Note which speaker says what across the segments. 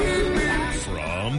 Speaker 1: From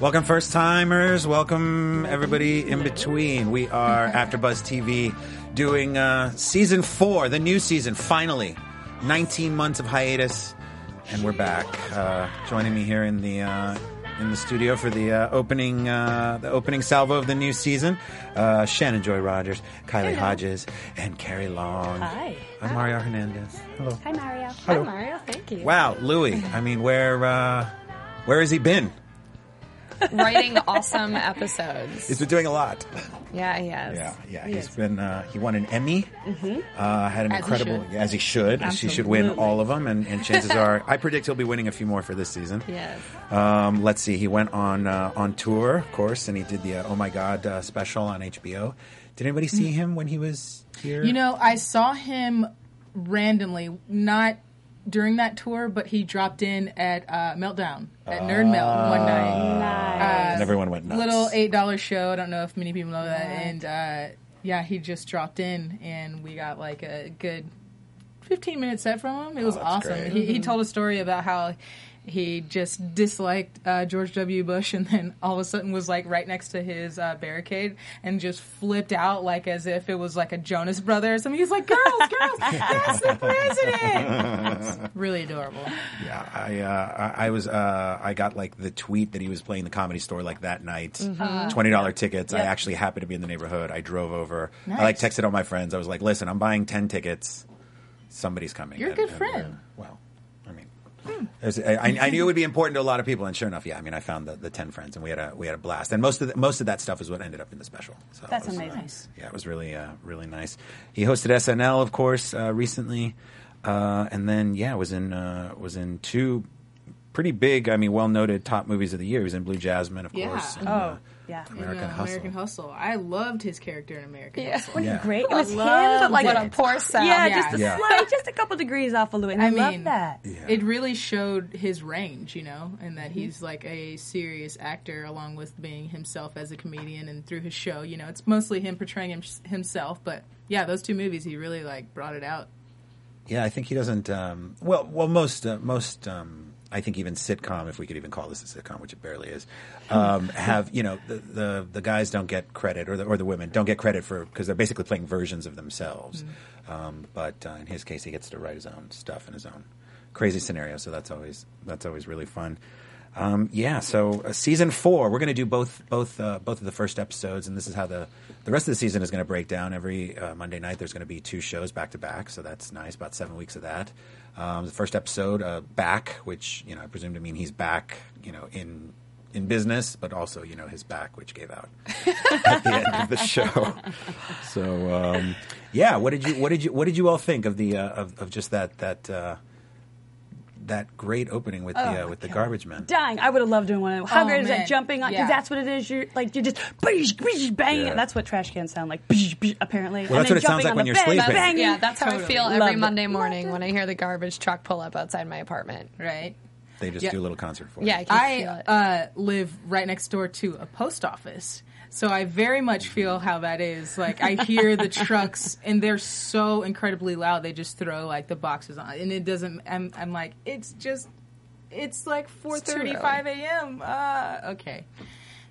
Speaker 2: Welcome first timers. Welcome everybody in between. We are AfterBuzz TV doing uh, season four, the new season. Finally, 19 months of hiatus, and we're back. Uh, joining me here in the uh, in the studio for the uh, opening uh, the opening salvo of the new season, uh, Shannon Joy Rogers, Kylie Hodges, and Carrie Long.
Speaker 3: Hi.
Speaker 2: I'm Mario Hernandez. Hello.
Speaker 3: Hi, Mario. Hi, Mario. Thank you.
Speaker 2: Wow, Louis. I mean, where uh, where has he been?
Speaker 4: writing awesome episodes.
Speaker 2: He's been doing a lot.
Speaker 4: Yeah, he has.
Speaker 2: Yeah, yeah. He's been. Uh, he won an Emmy. Mm-hmm. Uh, had an
Speaker 4: As he
Speaker 2: incredible.
Speaker 4: should.
Speaker 2: yeah, as he should. As She should win
Speaker 4: Absolutely.
Speaker 2: all of them, and, and chances are, I predict he'll be winning a few more for this season.
Speaker 4: Yes.
Speaker 2: Um, let's see. He went on uh, on tour, of course, and he did the uh, Oh My God uh, special on HBO. Did anybody
Speaker 4: Mm.
Speaker 2: see him when he was here?
Speaker 5: You know, I saw him randomly, not during that tour, but he dropped in at uh, Meltdown at Nerd Melt one night.
Speaker 3: Nice.
Speaker 4: uh,
Speaker 2: and everyone went nuts.
Speaker 5: Little eight dollar show. I don't know if many people know that. And uh, yeah, he just dropped in, and we got like a good fifteen minute set from him. It was awesome.
Speaker 2: Oh, great.
Speaker 5: He, he told a story about how. He just disliked uh, George W. Bush, and then all of a sudden was like right next to his uh, barricade, and just flipped out like as if it was like a Jonas Brother or something. He's like, "Girls, girls, that's the president!" It's really adorable.
Speaker 2: Yeah, I, uh, I I was uh, I got like the tweet that he was playing the comedy store like that night.
Speaker 5: Uh-huh.
Speaker 2: Twenty dollar tickets. I actually happened to be in the neighborhood. I drove over. I like texted all my friends. I was like, "Listen, I'm buying ten tickets. Somebody's coming."
Speaker 5: You're a
Speaker 2: And-
Speaker 5: good
Speaker 2: and, uh,
Speaker 5: friend. Hmm.
Speaker 2: well, I mean, there's- I, I I knew it would be important to a lot of people, and sure enough, yeah. I mean, I found the, the ten friends, and we had a we had a blast. And most of the, most of that stuff is what ended up in the special. So
Speaker 3: That's
Speaker 2: it was, uh,
Speaker 3: amazing. Nice.
Speaker 2: yeah, it was really, uh, really nice. He hosted SNL, of course, uh, recently, uh, and then yeah, was in uh, was in two pretty big, I mean, well noted top movies of the year. He was in Blue Jasmine, of
Speaker 5: Yeah.
Speaker 2: course. and,
Speaker 3: Oh,
Speaker 2: uh,
Speaker 3: yeah.
Speaker 2: American
Speaker 5: Yeah,
Speaker 2: Hustle.
Speaker 5: American Hustle. I loved his character in American
Speaker 4: Yeah.
Speaker 5: Hustle.
Speaker 3: What
Speaker 2: Yeah.
Speaker 3: a great. It was him,
Speaker 5: Love
Speaker 3: but like
Speaker 4: What a poor sound.
Speaker 3: yeah,
Speaker 5: Yeah.
Speaker 3: just a
Speaker 2: Yeah.
Speaker 3: slight, just a couple degrees off of Louis. And I,
Speaker 5: I
Speaker 3: love
Speaker 5: mean-
Speaker 3: that. Mm-hmm.
Speaker 5: It really showed his range, you know, and that he's like a serious actor along with being himself as a comedian and through his show, you know, it's mostly him portraying him, himself, but yeah, those two movies he really like brought it out.
Speaker 2: Yeah, I think he doesn't. Um, well, well, most uh, most. Um, I think even sitcom, if we could even call this a sitcom, which it barely is, um, have you know the, the the guys don't get credit or the or the women don't get credit for because they're basically playing versions of themselves. Um, but uh, in his case, he gets to write his own stuff in his own crazy scenario, so that's always that's always really fun. Um, yeah, so uh, season four, we're going to do both both uh, both of the first episodes, and this is how the the rest of the season is going to break down. Every uh, Monday night, there's going to be two shows back to back, so that's nice. About seven weeks of that. Um, the first episode, uh, back, which you know I presume to mean he's back, you know, in in business, but also you know his back, which gave out at the end of the show. So um, yeah, what did you what did you what did you all think of the uh, of, of just that that uh, that great opening with the uh, with the garbage men?
Speaker 3: Dying. I would have loved doing one. of them. How
Speaker 5: Oh,
Speaker 3: great is that?
Speaker 5: man.
Speaker 3: Jumping on because
Speaker 5: Yeah.
Speaker 3: that's what it is. You're like you're just bish, bish, banging.
Speaker 2: Yeah.
Speaker 3: That's what trash cans sound like. Bish, bish, apparently.
Speaker 2: Well, that's
Speaker 3: and then
Speaker 2: what it sounds
Speaker 3: jumping
Speaker 2: like
Speaker 3: on
Speaker 2: when
Speaker 3: the
Speaker 2: you're
Speaker 3: bed,
Speaker 2: sleeping.
Speaker 3: Banging.
Speaker 4: Yeah, that's how I feel
Speaker 3: Love
Speaker 4: every
Speaker 3: it.
Speaker 4: Monday
Speaker 3: Love
Speaker 4: morning
Speaker 3: it.
Speaker 4: when I hear the garbage truck pull up outside my apartment.
Speaker 5: Right?
Speaker 2: They just
Speaker 5: Yeah.
Speaker 2: do a little concert for
Speaker 4: Yeah, I
Speaker 2: you.
Speaker 4: can
Speaker 5: I
Speaker 4: feel it.
Speaker 5: uh, live right next door to a post office, so I very much feel how that is. Like I hear the trucks, and they're so incredibly loud. They just throw like the boxes on, and it doesn't. I'm, I'm like, it's just, it's like four thirty five a.m. Uh, okay,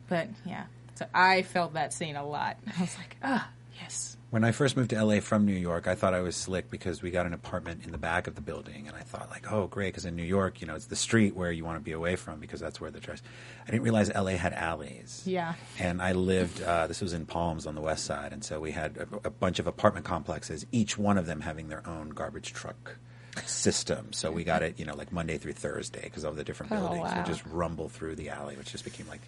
Speaker 5: but yeah. So I felt that scene a lot. I was like, ah, yes.
Speaker 2: When I first moved to LA from New York, I thought I was slick because we got an apartment in the back of the building, and I thought like, oh, great, because in New York, you know, it's the street where you want to be away from because that's where the trash. I didn't realize LA had alleys.
Speaker 5: Yeah.
Speaker 2: And I lived. Uh, this was in Palms on the west side, and so we had a, a bunch of apartment complexes, each one of them having their own garbage truck. system. So we got it, you know, like Monday through Thursday because of the different
Speaker 4: Oh,
Speaker 2: buildings would
Speaker 4: wow.
Speaker 2: just rumble through the alley, which just became like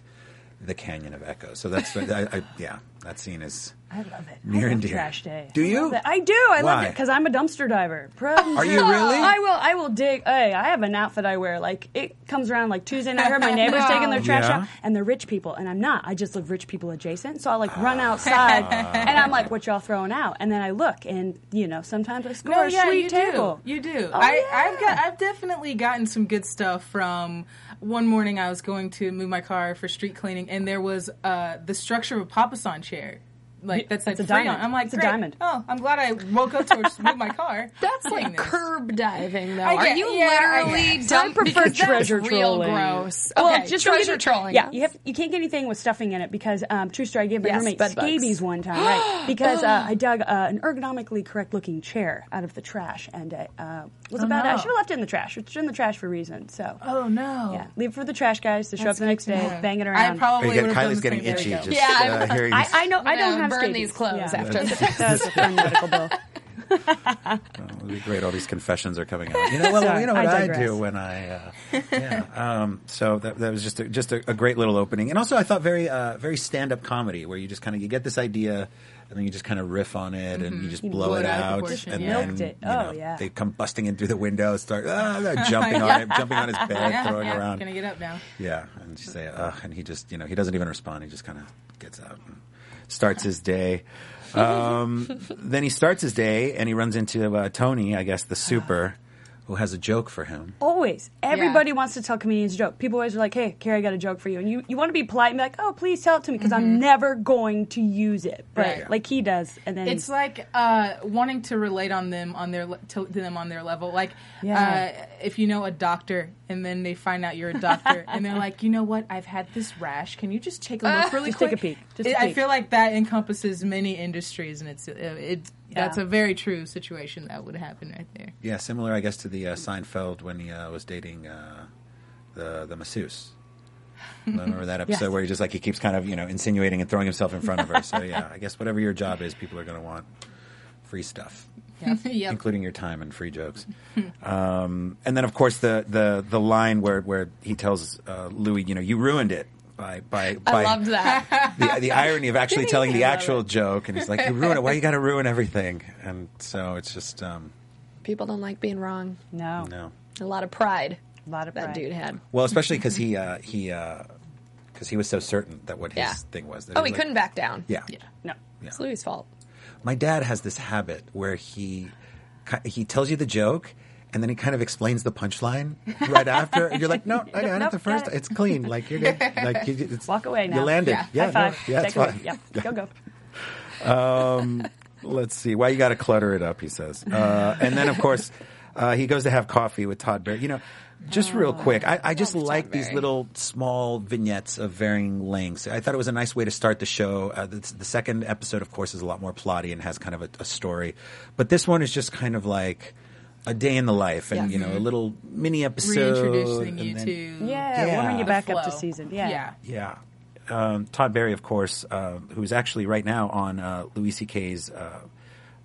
Speaker 2: the Canyon of Echoes. So that's, I, I, yeah, that scene is.
Speaker 3: I love it.
Speaker 2: Near
Speaker 3: I love
Speaker 2: and dear.
Speaker 3: Trash day.
Speaker 2: Do
Speaker 3: I love
Speaker 2: you?
Speaker 3: it. I do. I love
Speaker 2: Why?
Speaker 3: it because I'm a dumpster diver. Problem
Speaker 2: Are you
Speaker 3: solved.
Speaker 2: really?
Speaker 3: I will. I will dig. Hey, I have an outfit I wear. Like it comes around like Tuesday night. I heard my neighbors
Speaker 4: No.
Speaker 3: taking their trash
Speaker 2: Yeah.
Speaker 3: out, and they're rich people, and I'm not. I just live rich people adjacent. So I like run
Speaker 2: Ah.
Speaker 3: outside, and I'm like, "What y'all throwing out?" And then I look, and you know, sometimes I score
Speaker 5: No,
Speaker 3: a
Speaker 5: yeah,
Speaker 3: sweet
Speaker 5: you
Speaker 3: table.
Speaker 5: do. You do.
Speaker 3: Oh,
Speaker 5: I,
Speaker 3: yeah.
Speaker 5: I've got. I've definitely gotten some good stuff from. One morning, I was going to move my car for street cleaning, and there was uh, the structure of a papasan chair. Like that's
Speaker 3: It's
Speaker 5: said
Speaker 3: a
Speaker 5: free on.
Speaker 3: diamond.
Speaker 5: I'm like,
Speaker 3: It's a
Speaker 5: Great.
Speaker 3: diamond.
Speaker 5: Oh, I'm glad I woke up to move my car.
Speaker 4: That's
Speaker 5: Doing
Speaker 4: like
Speaker 5: this.
Speaker 4: curb diving, though.
Speaker 5: I
Speaker 4: Are
Speaker 5: get-
Speaker 4: you
Speaker 5: yeah, I
Speaker 4: literally
Speaker 5: guess.
Speaker 3: So I
Speaker 4: dump
Speaker 3: prefer
Speaker 4: because that's
Speaker 3: treasure
Speaker 4: real
Speaker 3: trolling.
Speaker 4: gross.
Speaker 3: Well,
Speaker 4: Okay,
Speaker 3: just don't
Speaker 4: treasure
Speaker 3: get-
Speaker 4: trolling.
Speaker 3: Yeah, you have you can't get anything with stuffing in it because um, true story. I gave my
Speaker 4: Yes,
Speaker 3: roommate
Speaker 4: bed bugs.
Speaker 3: scabies one time, right? Because uh, I dug uh, an ergonomically correct looking chair out of the trash and it uh, was about. I
Speaker 5: no.
Speaker 3: should have left it in the trash. It's in the trash for a reason. So
Speaker 5: Oh no.
Speaker 3: yeah, leave it for the trash guys to show up
Speaker 5: That's
Speaker 3: the next
Speaker 5: good to
Speaker 3: day,
Speaker 5: know.
Speaker 3: bang Oh, it
Speaker 5: I
Speaker 3: around.
Speaker 5: probably
Speaker 2: There you
Speaker 5: would
Speaker 2: go.
Speaker 5: have
Speaker 2: Kylie's
Speaker 5: done the
Speaker 2: getting
Speaker 5: same thing.
Speaker 2: itchy
Speaker 5: There you
Speaker 2: just
Speaker 5: go.
Speaker 4: Yeah,
Speaker 2: uh, hearing
Speaker 3: I,
Speaker 2: this.
Speaker 3: I know. I
Speaker 4: I'm gonna
Speaker 3: don't have
Speaker 4: burn
Speaker 3: scabies.
Speaker 4: these clothes after this.
Speaker 3: that was a fun medical bill.
Speaker 2: It'll be great. All these confessions are coming out. You know, well,
Speaker 3: Sorry,
Speaker 2: you know what
Speaker 3: I
Speaker 2: I,
Speaker 3: digress.
Speaker 2: do when I. Uh, yeah. Um, so that, that was just a, just a, a great little opening, and also I thought very uh, very stand up comedy where you just kind of you get this idea. And then you just kind of riff on it, and you just blow,
Speaker 5: blow
Speaker 2: it
Speaker 5: it out of
Speaker 2: out,
Speaker 5: proportion,
Speaker 2: and
Speaker 5: yeah.
Speaker 2: then
Speaker 3: Milked it.
Speaker 2: you
Speaker 3: Oh,
Speaker 2: know,
Speaker 3: yeah.
Speaker 2: they come busting in through the window, start ah, they're jumping on it, jumping on his bed, throwing
Speaker 5: Yeah,
Speaker 2: around.
Speaker 5: Gonna get up now.
Speaker 2: Yeah, and she say, "Ugh," and he just, you know, he doesn't even respond. He just kind of gets up, and starts his day. Um, then he starts his day, and he runs into uh, Tony, I guess, the super, who has a joke for him.
Speaker 3: Always. Everybody wants to tell comedians a joke. People always are like, hey, Carrie, I got a joke for you. And you, you want to be polite and be like, oh, please tell it to me because
Speaker 4: Mm-hmm.
Speaker 3: I'm never going to use it. But
Speaker 5: Right.
Speaker 3: like he does. And then
Speaker 5: It's like uh, wanting to relate on them on their le- to them on their level. Like
Speaker 3: Yeah.
Speaker 5: uh, if you know a doctor and then they find out you're a doctor and they're like, you know what, I've had this rash. Can you just take a look really
Speaker 3: Just
Speaker 5: quick?
Speaker 3: take a peek. Just
Speaker 5: It-
Speaker 3: a
Speaker 5: I
Speaker 3: peek.
Speaker 5: feel like that encompasses many industries, and it's uh, it. That's
Speaker 3: Yeah.
Speaker 5: a very true situation that would happen right there.
Speaker 2: Yeah, similar, I guess, to the uh, Seinfeld when he uh, was dating uh, the the masseuse. Remember that episode
Speaker 3: Yes.
Speaker 2: where he just like he keeps kind of you know insinuating and throwing himself in front of her. So yeah, I guess whatever your job is, people are going to want free stuff.
Speaker 5: yep.
Speaker 2: including your time and free jokes. um, and then, of course, the, the, the line where, where he tells uh, Louis, you know, you ruined it by by
Speaker 4: I
Speaker 2: by
Speaker 4: loved that.
Speaker 2: the, the irony of actually telling the actual joke. And he's like, you ruined it. Why you got to ruin everything? And so it's just um,
Speaker 4: People don't like being wrong.
Speaker 3: no.
Speaker 2: no.
Speaker 4: A lot of pride.
Speaker 3: A lot of
Speaker 4: that
Speaker 3: pride.
Speaker 4: dude had.
Speaker 2: Well, especially because he uh, he because he was so certain that what his
Speaker 4: Yeah.
Speaker 2: thing was. That
Speaker 4: Oh,
Speaker 2: was
Speaker 4: he
Speaker 2: like-
Speaker 4: couldn't back down.
Speaker 2: Yeah.
Speaker 3: No.
Speaker 4: It's Louis' fault.
Speaker 2: My dad has this habit where he ki- he tells you the joke and then he kind of explains the punchline right after, and you're like, "No, I got it
Speaker 3: Nope,
Speaker 2: the first.
Speaker 3: got it.
Speaker 2: It's clean. Like you're good. Like you, it's,
Speaker 3: Walk away now.
Speaker 2: You landed.
Speaker 4: Yeah.
Speaker 2: Yeah,
Speaker 3: High five.
Speaker 2: no, yeah, it's
Speaker 3: Take away.
Speaker 2: fine.
Speaker 3: Yeah. Go, go.
Speaker 2: Let's see. Why you got to clutter it up? He says, uh, and then of course uh, he goes to have coffee with Todd Berry. You know, just
Speaker 5: Oh,
Speaker 2: real quick, I, I just like these
Speaker 4: Berry.
Speaker 2: little small vignettes of varying lengths. I thought it was a nice way to start the show. Uh, the, the second episode, of course, is a lot more plotty and has kind of a, a story, but this one is just kind of like. A day in the life, and you know, a little mini episode.
Speaker 5: Mm-hmm. Reintroducing you
Speaker 2: and then-
Speaker 5: to
Speaker 3: Yeah.
Speaker 2: Yeah.
Speaker 3: Warming you
Speaker 2: The
Speaker 3: back up to
Speaker 5: flow.
Speaker 3: season. Yeah.
Speaker 5: yeah.
Speaker 2: Yeah. Um, Todd Barry, of course, uh, who's actually right now on uh, Louis C.K.'s uh,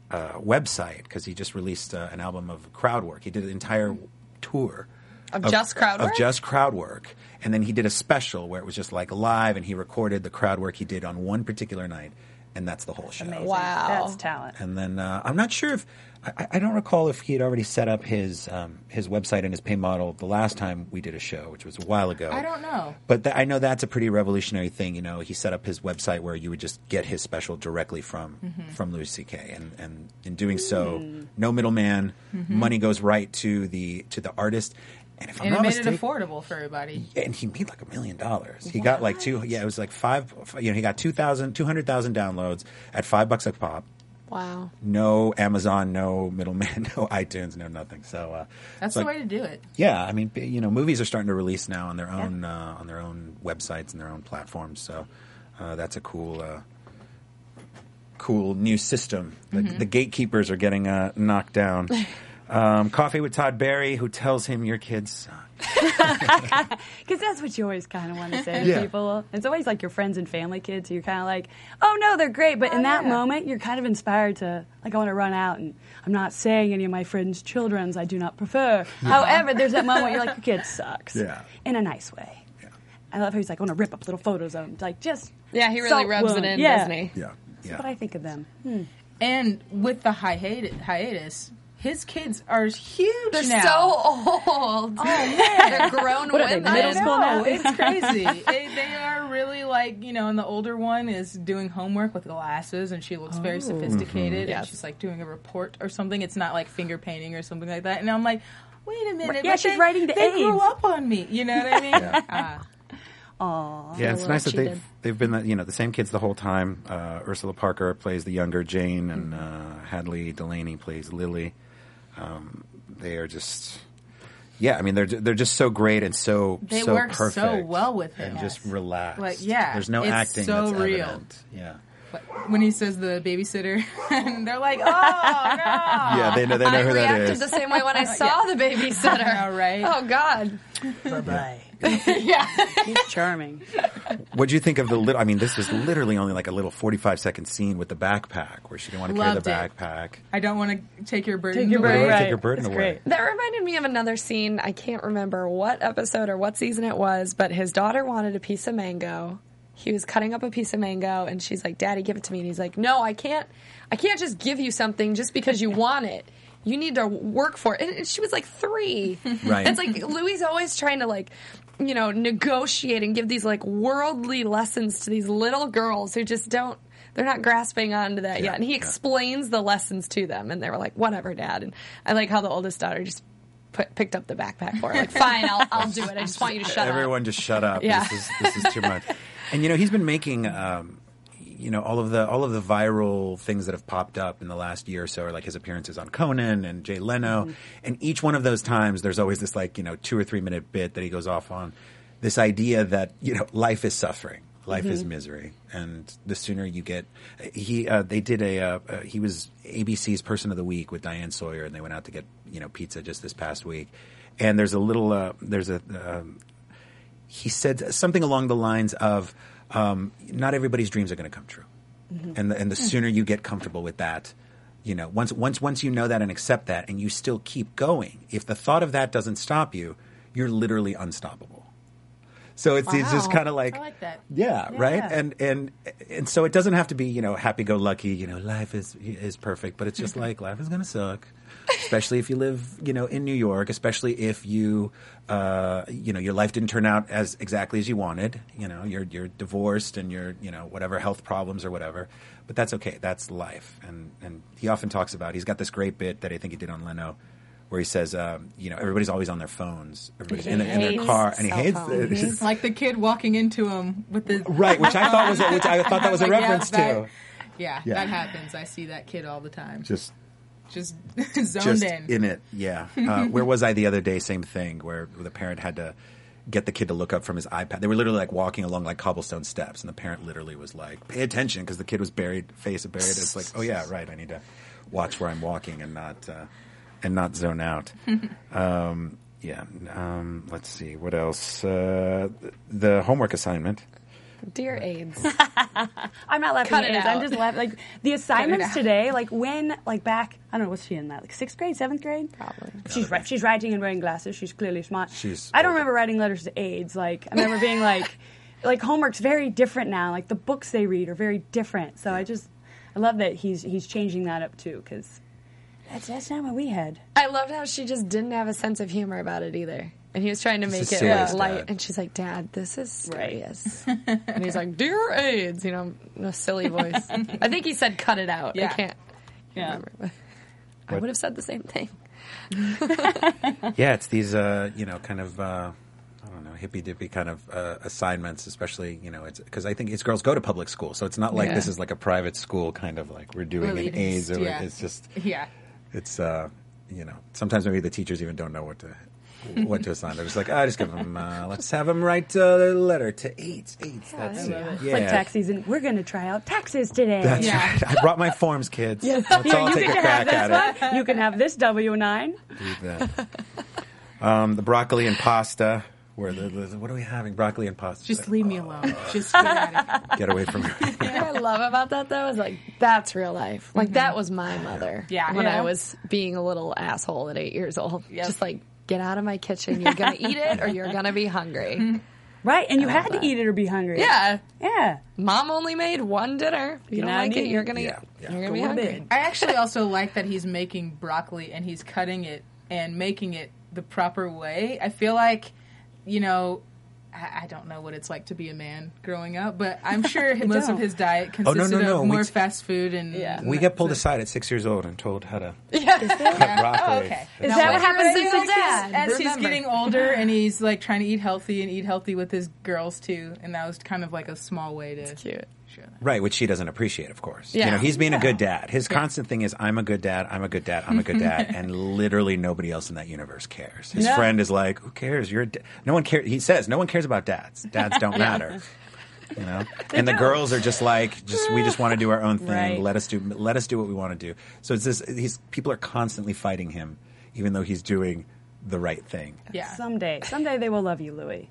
Speaker 2: uh, website because he just released uh, an album of crowd work. He did an entire tour
Speaker 4: Of just crowd
Speaker 2: Of
Speaker 4: work?
Speaker 2: just crowd work. And then he did a special where it was just like live and he recorded the crowd work he did on one particular night. And that's the whole show.
Speaker 3: Amazing.
Speaker 4: Wow.
Speaker 3: That's talent.
Speaker 2: And then uh, I'm not sure if I- I, I don't recall if he had already set up his um, his website and his pay model the last time we did a show, which was a while ago.
Speaker 5: I don't know.
Speaker 2: But tha I know that's a pretty revolutionary thing. You know, he set up his website where you would just get his special directly from
Speaker 5: Mm-hmm.
Speaker 2: from Louis C.K. and and in doing so, no middleman, money goes right to the to the artist. And if I'm
Speaker 5: Mm-hmm. And it
Speaker 2: not
Speaker 5: made
Speaker 2: mistaken,
Speaker 5: it affordable for everybody.
Speaker 2: and he made like a million dollars. He got like two. Yeah, it was like five. You know, he got 2,000, 200,000 downloads at five bucks a pop
Speaker 4: Wow.
Speaker 2: no Amazon, no middleman, no iTunes, no nothing. So uh,
Speaker 5: That's
Speaker 2: it's like-
Speaker 5: the way to do it.
Speaker 2: Yeah, I mean, b- you know, movies are starting to release now on their own uh, on their own websites and their own platforms. So uh, that's a cool. Uh,
Speaker 5: Mm-hmm.
Speaker 2: Cool new system. The, the gatekeepers are getting uh, knocked down. Um, coffee with Todd Barry, who tells him your kids suck.
Speaker 3: Because that's what you always kind of want to say to
Speaker 2: Yeah.
Speaker 3: people. It's always like your friends and family kids. You're kind of like, oh no, they're great. But in that moment, you're kind of inspired to, like, I want to run out. And I'm not saying any of my friends' children's I do not prefer. However, there's that moment where you're like, your kid sucks.
Speaker 2: Yeah.
Speaker 3: In a nice way. I love how he's like, I want to rip up little photos of him. Like, just.
Speaker 4: Yeah, he really
Speaker 3: salt
Speaker 4: rubs
Speaker 3: wound.
Speaker 4: it in,
Speaker 3: yeah.
Speaker 4: doesn't he?
Speaker 2: Yeah. Yeah.
Speaker 3: What I think of them.
Speaker 5: And with the hiatus, hiatus his kids are huge
Speaker 4: They're
Speaker 5: now.
Speaker 4: so old. Oh man, they're grown
Speaker 3: What are they,
Speaker 4: women.
Speaker 3: middle school?
Speaker 5: No,
Speaker 3: now.
Speaker 5: it's crazy. It, they are really like you know, and the older one is doing homework with glasses, and she looks
Speaker 3: Oh.
Speaker 5: very sophisticated. And
Speaker 4: Mm-hmm. Yes.
Speaker 5: she's like doing a report or something. It's not like finger painting or something like that. And I'm like, wait a minute.
Speaker 3: Yeah,
Speaker 5: but
Speaker 3: she's
Speaker 5: they,
Speaker 3: writing the
Speaker 5: They grew
Speaker 3: aids.
Speaker 5: up on me. You know what I mean? Ah.
Speaker 2: Yeah, it's
Speaker 4: little
Speaker 2: nice that they've
Speaker 4: cheated.
Speaker 2: they've been the, you know the same kids the whole time. Uh, Ursula Parker plays the younger Jane, and
Speaker 5: Mm-hmm.
Speaker 2: uh, Hadley Delaney plays Lily. Um, they are just, yeah. I mean, they're ju- they're just so great and so
Speaker 5: They
Speaker 2: so
Speaker 5: work so
Speaker 2: perfect
Speaker 5: well with it.
Speaker 2: and just
Speaker 5: Yes.
Speaker 2: relaxed.
Speaker 5: Like, yeah,
Speaker 2: there's no
Speaker 5: it's
Speaker 2: acting.
Speaker 5: so
Speaker 2: that's
Speaker 5: real.
Speaker 2: evident. Yeah,
Speaker 5: But when he says the babysitter, and they're like, oh no.
Speaker 2: yeah. They know they know
Speaker 4: I
Speaker 2: who that
Speaker 4: reacted
Speaker 2: is.
Speaker 4: the same way when I saw the babysitter.
Speaker 5: I know, right?
Speaker 4: Oh God.
Speaker 3: Bye bye. He's charming.
Speaker 2: What'd you think of the little? I mean, this is literally only like a little forty-five second scene with the backpack where she didn't want to carry the
Speaker 5: Loved it.
Speaker 2: backpack.
Speaker 5: I don't want to take your burden.
Speaker 3: Take your
Speaker 5: away.
Speaker 3: burden
Speaker 2: wanna
Speaker 3: away.
Speaker 2: take your burden
Speaker 3: It's
Speaker 2: away.
Speaker 3: great.
Speaker 4: That reminded me of another scene. I can't remember what episode or what season it was, but his daughter wanted a piece of mango. He was cutting up a piece of mango and she's like, "Daddy, give it to me." And he's like, "No, I can't. I can't just give you something just because you want it. You need to work for it." And- And she was like 3.
Speaker 2: Right.
Speaker 4: It's like Louis always trying to like, you know, negotiate and give these like worldly lessons to these little girls who just don't they're not grasping onto that
Speaker 2: Yeah,
Speaker 4: yet. And he
Speaker 2: yeah.
Speaker 4: explains the lessons to them, and they were like, "Whatever, Dad." And I like how the oldest daughter just put, picked up the backpack for her. Like, "Fine, I'll, I'll do it. I just want you to shut
Speaker 2: Everyone just shut up.
Speaker 4: Yeah.
Speaker 2: This is this is too much. And you know, he's been making um, you know, all of the all of the viral things that have popped up in the last year or so are like his appearances on Conan and Jay Leno.
Speaker 4: Mm-hmm.
Speaker 2: And each one of those times there's always this like, you know, two or three minute bit that he goes off on this idea that, you know, life is suffering. Life is
Speaker 4: Mm-hmm.
Speaker 2: misery, and the sooner you get, he uh, they did a uh, uh, he was ABC's Person of the Week with Diane Sawyer, and they went out to get you know pizza just this past week, and there's a little uh, there's a um, he said something along the lines of, um, "Not everybody's dreams are going to come true, and the, and the sooner you get comfortable with that, you know, once once once you know that and accept that, and you still keep going. If the thought of that doesn't stop you, you're literally unstoppable. So it's, it's just
Speaker 4: Wow.
Speaker 2: kind of like,
Speaker 5: I like that.
Speaker 2: yeah, right,
Speaker 5: Yeah.
Speaker 2: and and and so it doesn't have to be you know happy go lucky, you know, life is is perfect, but it's just like life is going to suck. Especially if you live, you know, in New York. Especially if you, uh, you know, your life didn't turn out as exactly as you wanted. You know, you're you're divorced and you're, you know, whatever health problems or whatever. But that's okay. That's life. And and he often talks about. He's got this great bit that I think he did on Leno, where he says, um, you know, everybody's always on their phones. Everybody's in, their, in their
Speaker 4: hates
Speaker 2: car, and he
Speaker 4: cell
Speaker 2: hates it.
Speaker 4: phones.
Speaker 5: Like the kid walking into him with the
Speaker 2: Right, which I thought was which I thought that was a
Speaker 5: Like, yeah,
Speaker 2: reference
Speaker 5: that-
Speaker 2: to.
Speaker 5: Yeah,
Speaker 2: Yeah.
Speaker 5: that happens. I see that kid all the time.
Speaker 2: Just
Speaker 5: Just zoned
Speaker 2: just
Speaker 5: in.
Speaker 2: in it, yeah. Uh, where was I the other day? Same thing, where the parent had to get the kid to look up from his iPad. They were literally like walking along like cobblestone steps, and the parent literally was like, "Pay attention," because the kid was buried, face buried. It's like, oh yeah, right. I need to watch where I'm walking and not uh, and not zone out. um, yeah. Um, let's see what else. Uh, th- the homework assignment.
Speaker 4: up." Dear aides,
Speaker 3: I'm not laughing
Speaker 4: Cut
Speaker 3: at
Speaker 4: it
Speaker 3: it.
Speaker 4: out.
Speaker 3: I'm just laughing. Like the assignments
Speaker 5: out.
Speaker 3: today, like when, like back, I don't know, what's she in that? Like sixth grade, seventh grade?
Speaker 4: Probably.
Speaker 3: She's ri- she's writing and wearing glasses. She's clearly smart.
Speaker 2: She's
Speaker 3: I don't
Speaker 2: older.
Speaker 3: remember writing letters to aides. Like I remember being like, like homework's very different now. Like the books they read are very different. So I just, I love that he's he's changing that up too because that's that's not what we had.
Speaker 4: I loved how she just didn't have a sense of humor about it either. And he was trying to
Speaker 2: This
Speaker 4: make
Speaker 2: is
Speaker 4: it
Speaker 2: serious,
Speaker 4: light,
Speaker 2: Dad.
Speaker 4: and she's like, "Dad, this is
Speaker 3: Right.
Speaker 4: serious." and he's like, "Dear aides," you know, in a silly voice. I think he said, "Cut it out." I
Speaker 5: Yeah.
Speaker 4: can't
Speaker 5: Yeah.
Speaker 4: remember. I would have said the same thing.
Speaker 2: Yeah, it's these uh, you know kind of uh, I don't know hippy dippy kind of uh, assignments, especially you know it's because I think it's girls go to public school, so it's not like
Speaker 4: Yeah.
Speaker 2: this is like a private school kind of like we're doing
Speaker 5: Really
Speaker 2: an AIDS or
Speaker 5: just- yeah.
Speaker 2: it's just
Speaker 5: Yeah.
Speaker 2: it's uh, you know, sometimes maybe the teachers even don't know what to what to assign. They're just like, I just give them. Uh, let's have them write uh, a letter to eight, eight. That's
Speaker 5: love
Speaker 2: it.
Speaker 5: it.
Speaker 3: It's like tax season. We're going to try out taxes today.
Speaker 2: That's
Speaker 5: Yeah.
Speaker 2: right. I brought my forms, kids. Let's
Speaker 3: Here,
Speaker 2: all
Speaker 3: you
Speaker 2: take a
Speaker 3: can
Speaker 2: crack
Speaker 3: have
Speaker 2: at
Speaker 3: this one. You can have this W nine.
Speaker 2: it. Do that. Um, the broccoli and pasta. Where the, the, what are we having? Broccoli and pasta.
Speaker 5: Just leave me alone. Just get out of here.
Speaker 2: Get away from her.
Speaker 4: What I love about that though is like that's real life. Like that was my mother.
Speaker 5: Yeah.
Speaker 4: When
Speaker 5: Yeah.
Speaker 4: I was being a little asshole at eight years old. Just like get out of my kitchen. You're gonna eat it or you're gonna be hungry.
Speaker 3: Right, and you
Speaker 4: I love
Speaker 3: had to
Speaker 4: that.
Speaker 3: eat it or be hungry.
Speaker 4: yeah.
Speaker 3: yeah.
Speaker 4: Mom only made one dinner. If you don't
Speaker 3: Now I
Speaker 4: like it,
Speaker 3: need-
Speaker 4: you're gonna
Speaker 2: Yeah, yeah.
Speaker 4: you're gonna
Speaker 3: Go
Speaker 4: be
Speaker 3: to
Speaker 4: hungry.
Speaker 3: bed.
Speaker 5: I actually also like that he's making broccoli and he's cutting it and making it the proper way. I feel like, you know, I, I don't know what it's like to be a man growing up, but I'm sure most of
Speaker 3: don't.
Speaker 5: his diet
Speaker 2: Oh, no,
Speaker 5: consisted
Speaker 2: no, no,
Speaker 5: of
Speaker 2: we
Speaker 5: more
Speaker 2: t-
Speaker 5: fast food and
Speaker 3: Yeah.
Speaker 2: We get pulled aside at six years old and told how to cut broccoli.
Speaker 5: Oh, okay.
Speaker 3: Is
Speaker 5: Now,
Speaker 3: that what
Speaker 5: like,
Speaker 3: happens
Speaker 5: I
Speaker 3: to
Speaker 5: feel
Speaker 3: the
Speaker 5: like
Speaker 3: dad?
Speaker 5: As as he's
Speaker 3: Remember.
Speaker 5: getting older and he's like trying to eat healthy and eat healthy with his girls too, and that was kind of like a small way to
Speaker 4: Cute.
Speaker 5: show that.
Speaker 2: Right, which she doesn't appreciate, of course. You
Speaker 4: Yeah.
Speaker 2: know, he's being a good dad. His constant thing is, I'm a good dad, I'm a good dad, I'm a good dad. and literally nobody else in that universe cares. His friend is like, who cares? You're a da-" No one cares. He says, no one cares about dads. Dads don't matter. You know? And the girls are just like, just we just want to do our own thing.
Speaker 3: Right.
Speaker 2: Let us do let us do what we want to do. So it's this he's people are constantly fighting him, even though he's doing the right thing.
Speaker 5: Yeah.
Speaker 3: Someday, someday they will love you, Louis.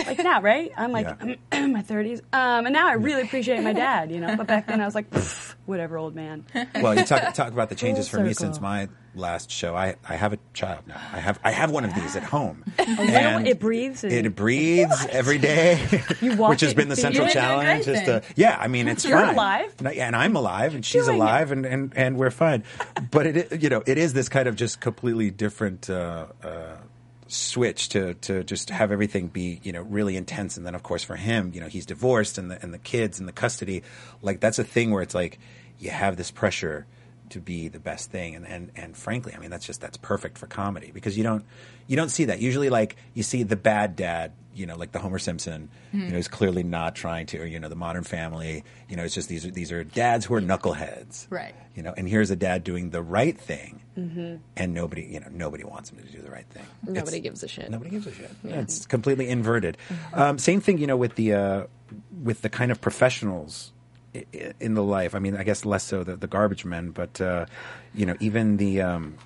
Speaker 3: Like now, right? I'm like
Speaker 2: Yeah.
Speaker 3: in my thirties, um, and now I really appreciate my dad, you know. But back then I was like, "Pff, whatever, old man.
Speaker 2: well, you talk talk about the changes for
Speaker 3: Full
Speaker 2: me
Speaker 3: circle.
Speaker 2: since my last show. I, I have a child now. I have I have one of these at home.
Speaker 3: little-
Speaker 2: And
Speaker 3: Oh, it breathes and-
Speaker 2: It breathes every day.
Speaker 3: You walk
Speaker 2: which has
Speaker 3: it
Speaker 2: been the
Speaker 3: and feed
Speaker 2: central
Speaker 5: it. You're doing
Speaker 2: challenge.
Speaker 5: great
Speaker 2: Is to, yeah, I mean it's
Speaker 3: You're
Speaker 2: fine.
Speaker 3: alive.
Speaker 2: No, yeah, and I'm alive, and she's
Speaker 3: Doing it.
Speaker 2: alive, and, and and we're fine. But it i- you know it is this kind of just completely different. Uh, uh, switch to to just have everything be you know really intense and then of course for him you know he's divorced and the and the kids and the custody like that's a thing where it's like you have this pressure to be the best thing and and and frankly I mean that's just that's perfect for comedy because you don't you don't see that usually like you see the bad dad you know like the Homer Simpson you know is clearly not trying to or you know the Modern Family you know it's just these are these are dads who are knuckleheads
Speaker 5: Right.
Speaker 2: you know and here's a dad doing the right thing and nobody you know nobody wants him to do the right thing
Speaker 4: Mm-hmm. Nobody
Speaker 2: It's-
Speaker 4: gives a shit. Mm-hmm.
Speaker 2: Nobody gives a shit. It's completely inverted. Um, same thing, you know, with the uh, with the kind of professionals i- i- in the life. I mean, I guess less so the, the garbage men, but uh, you know, even the um,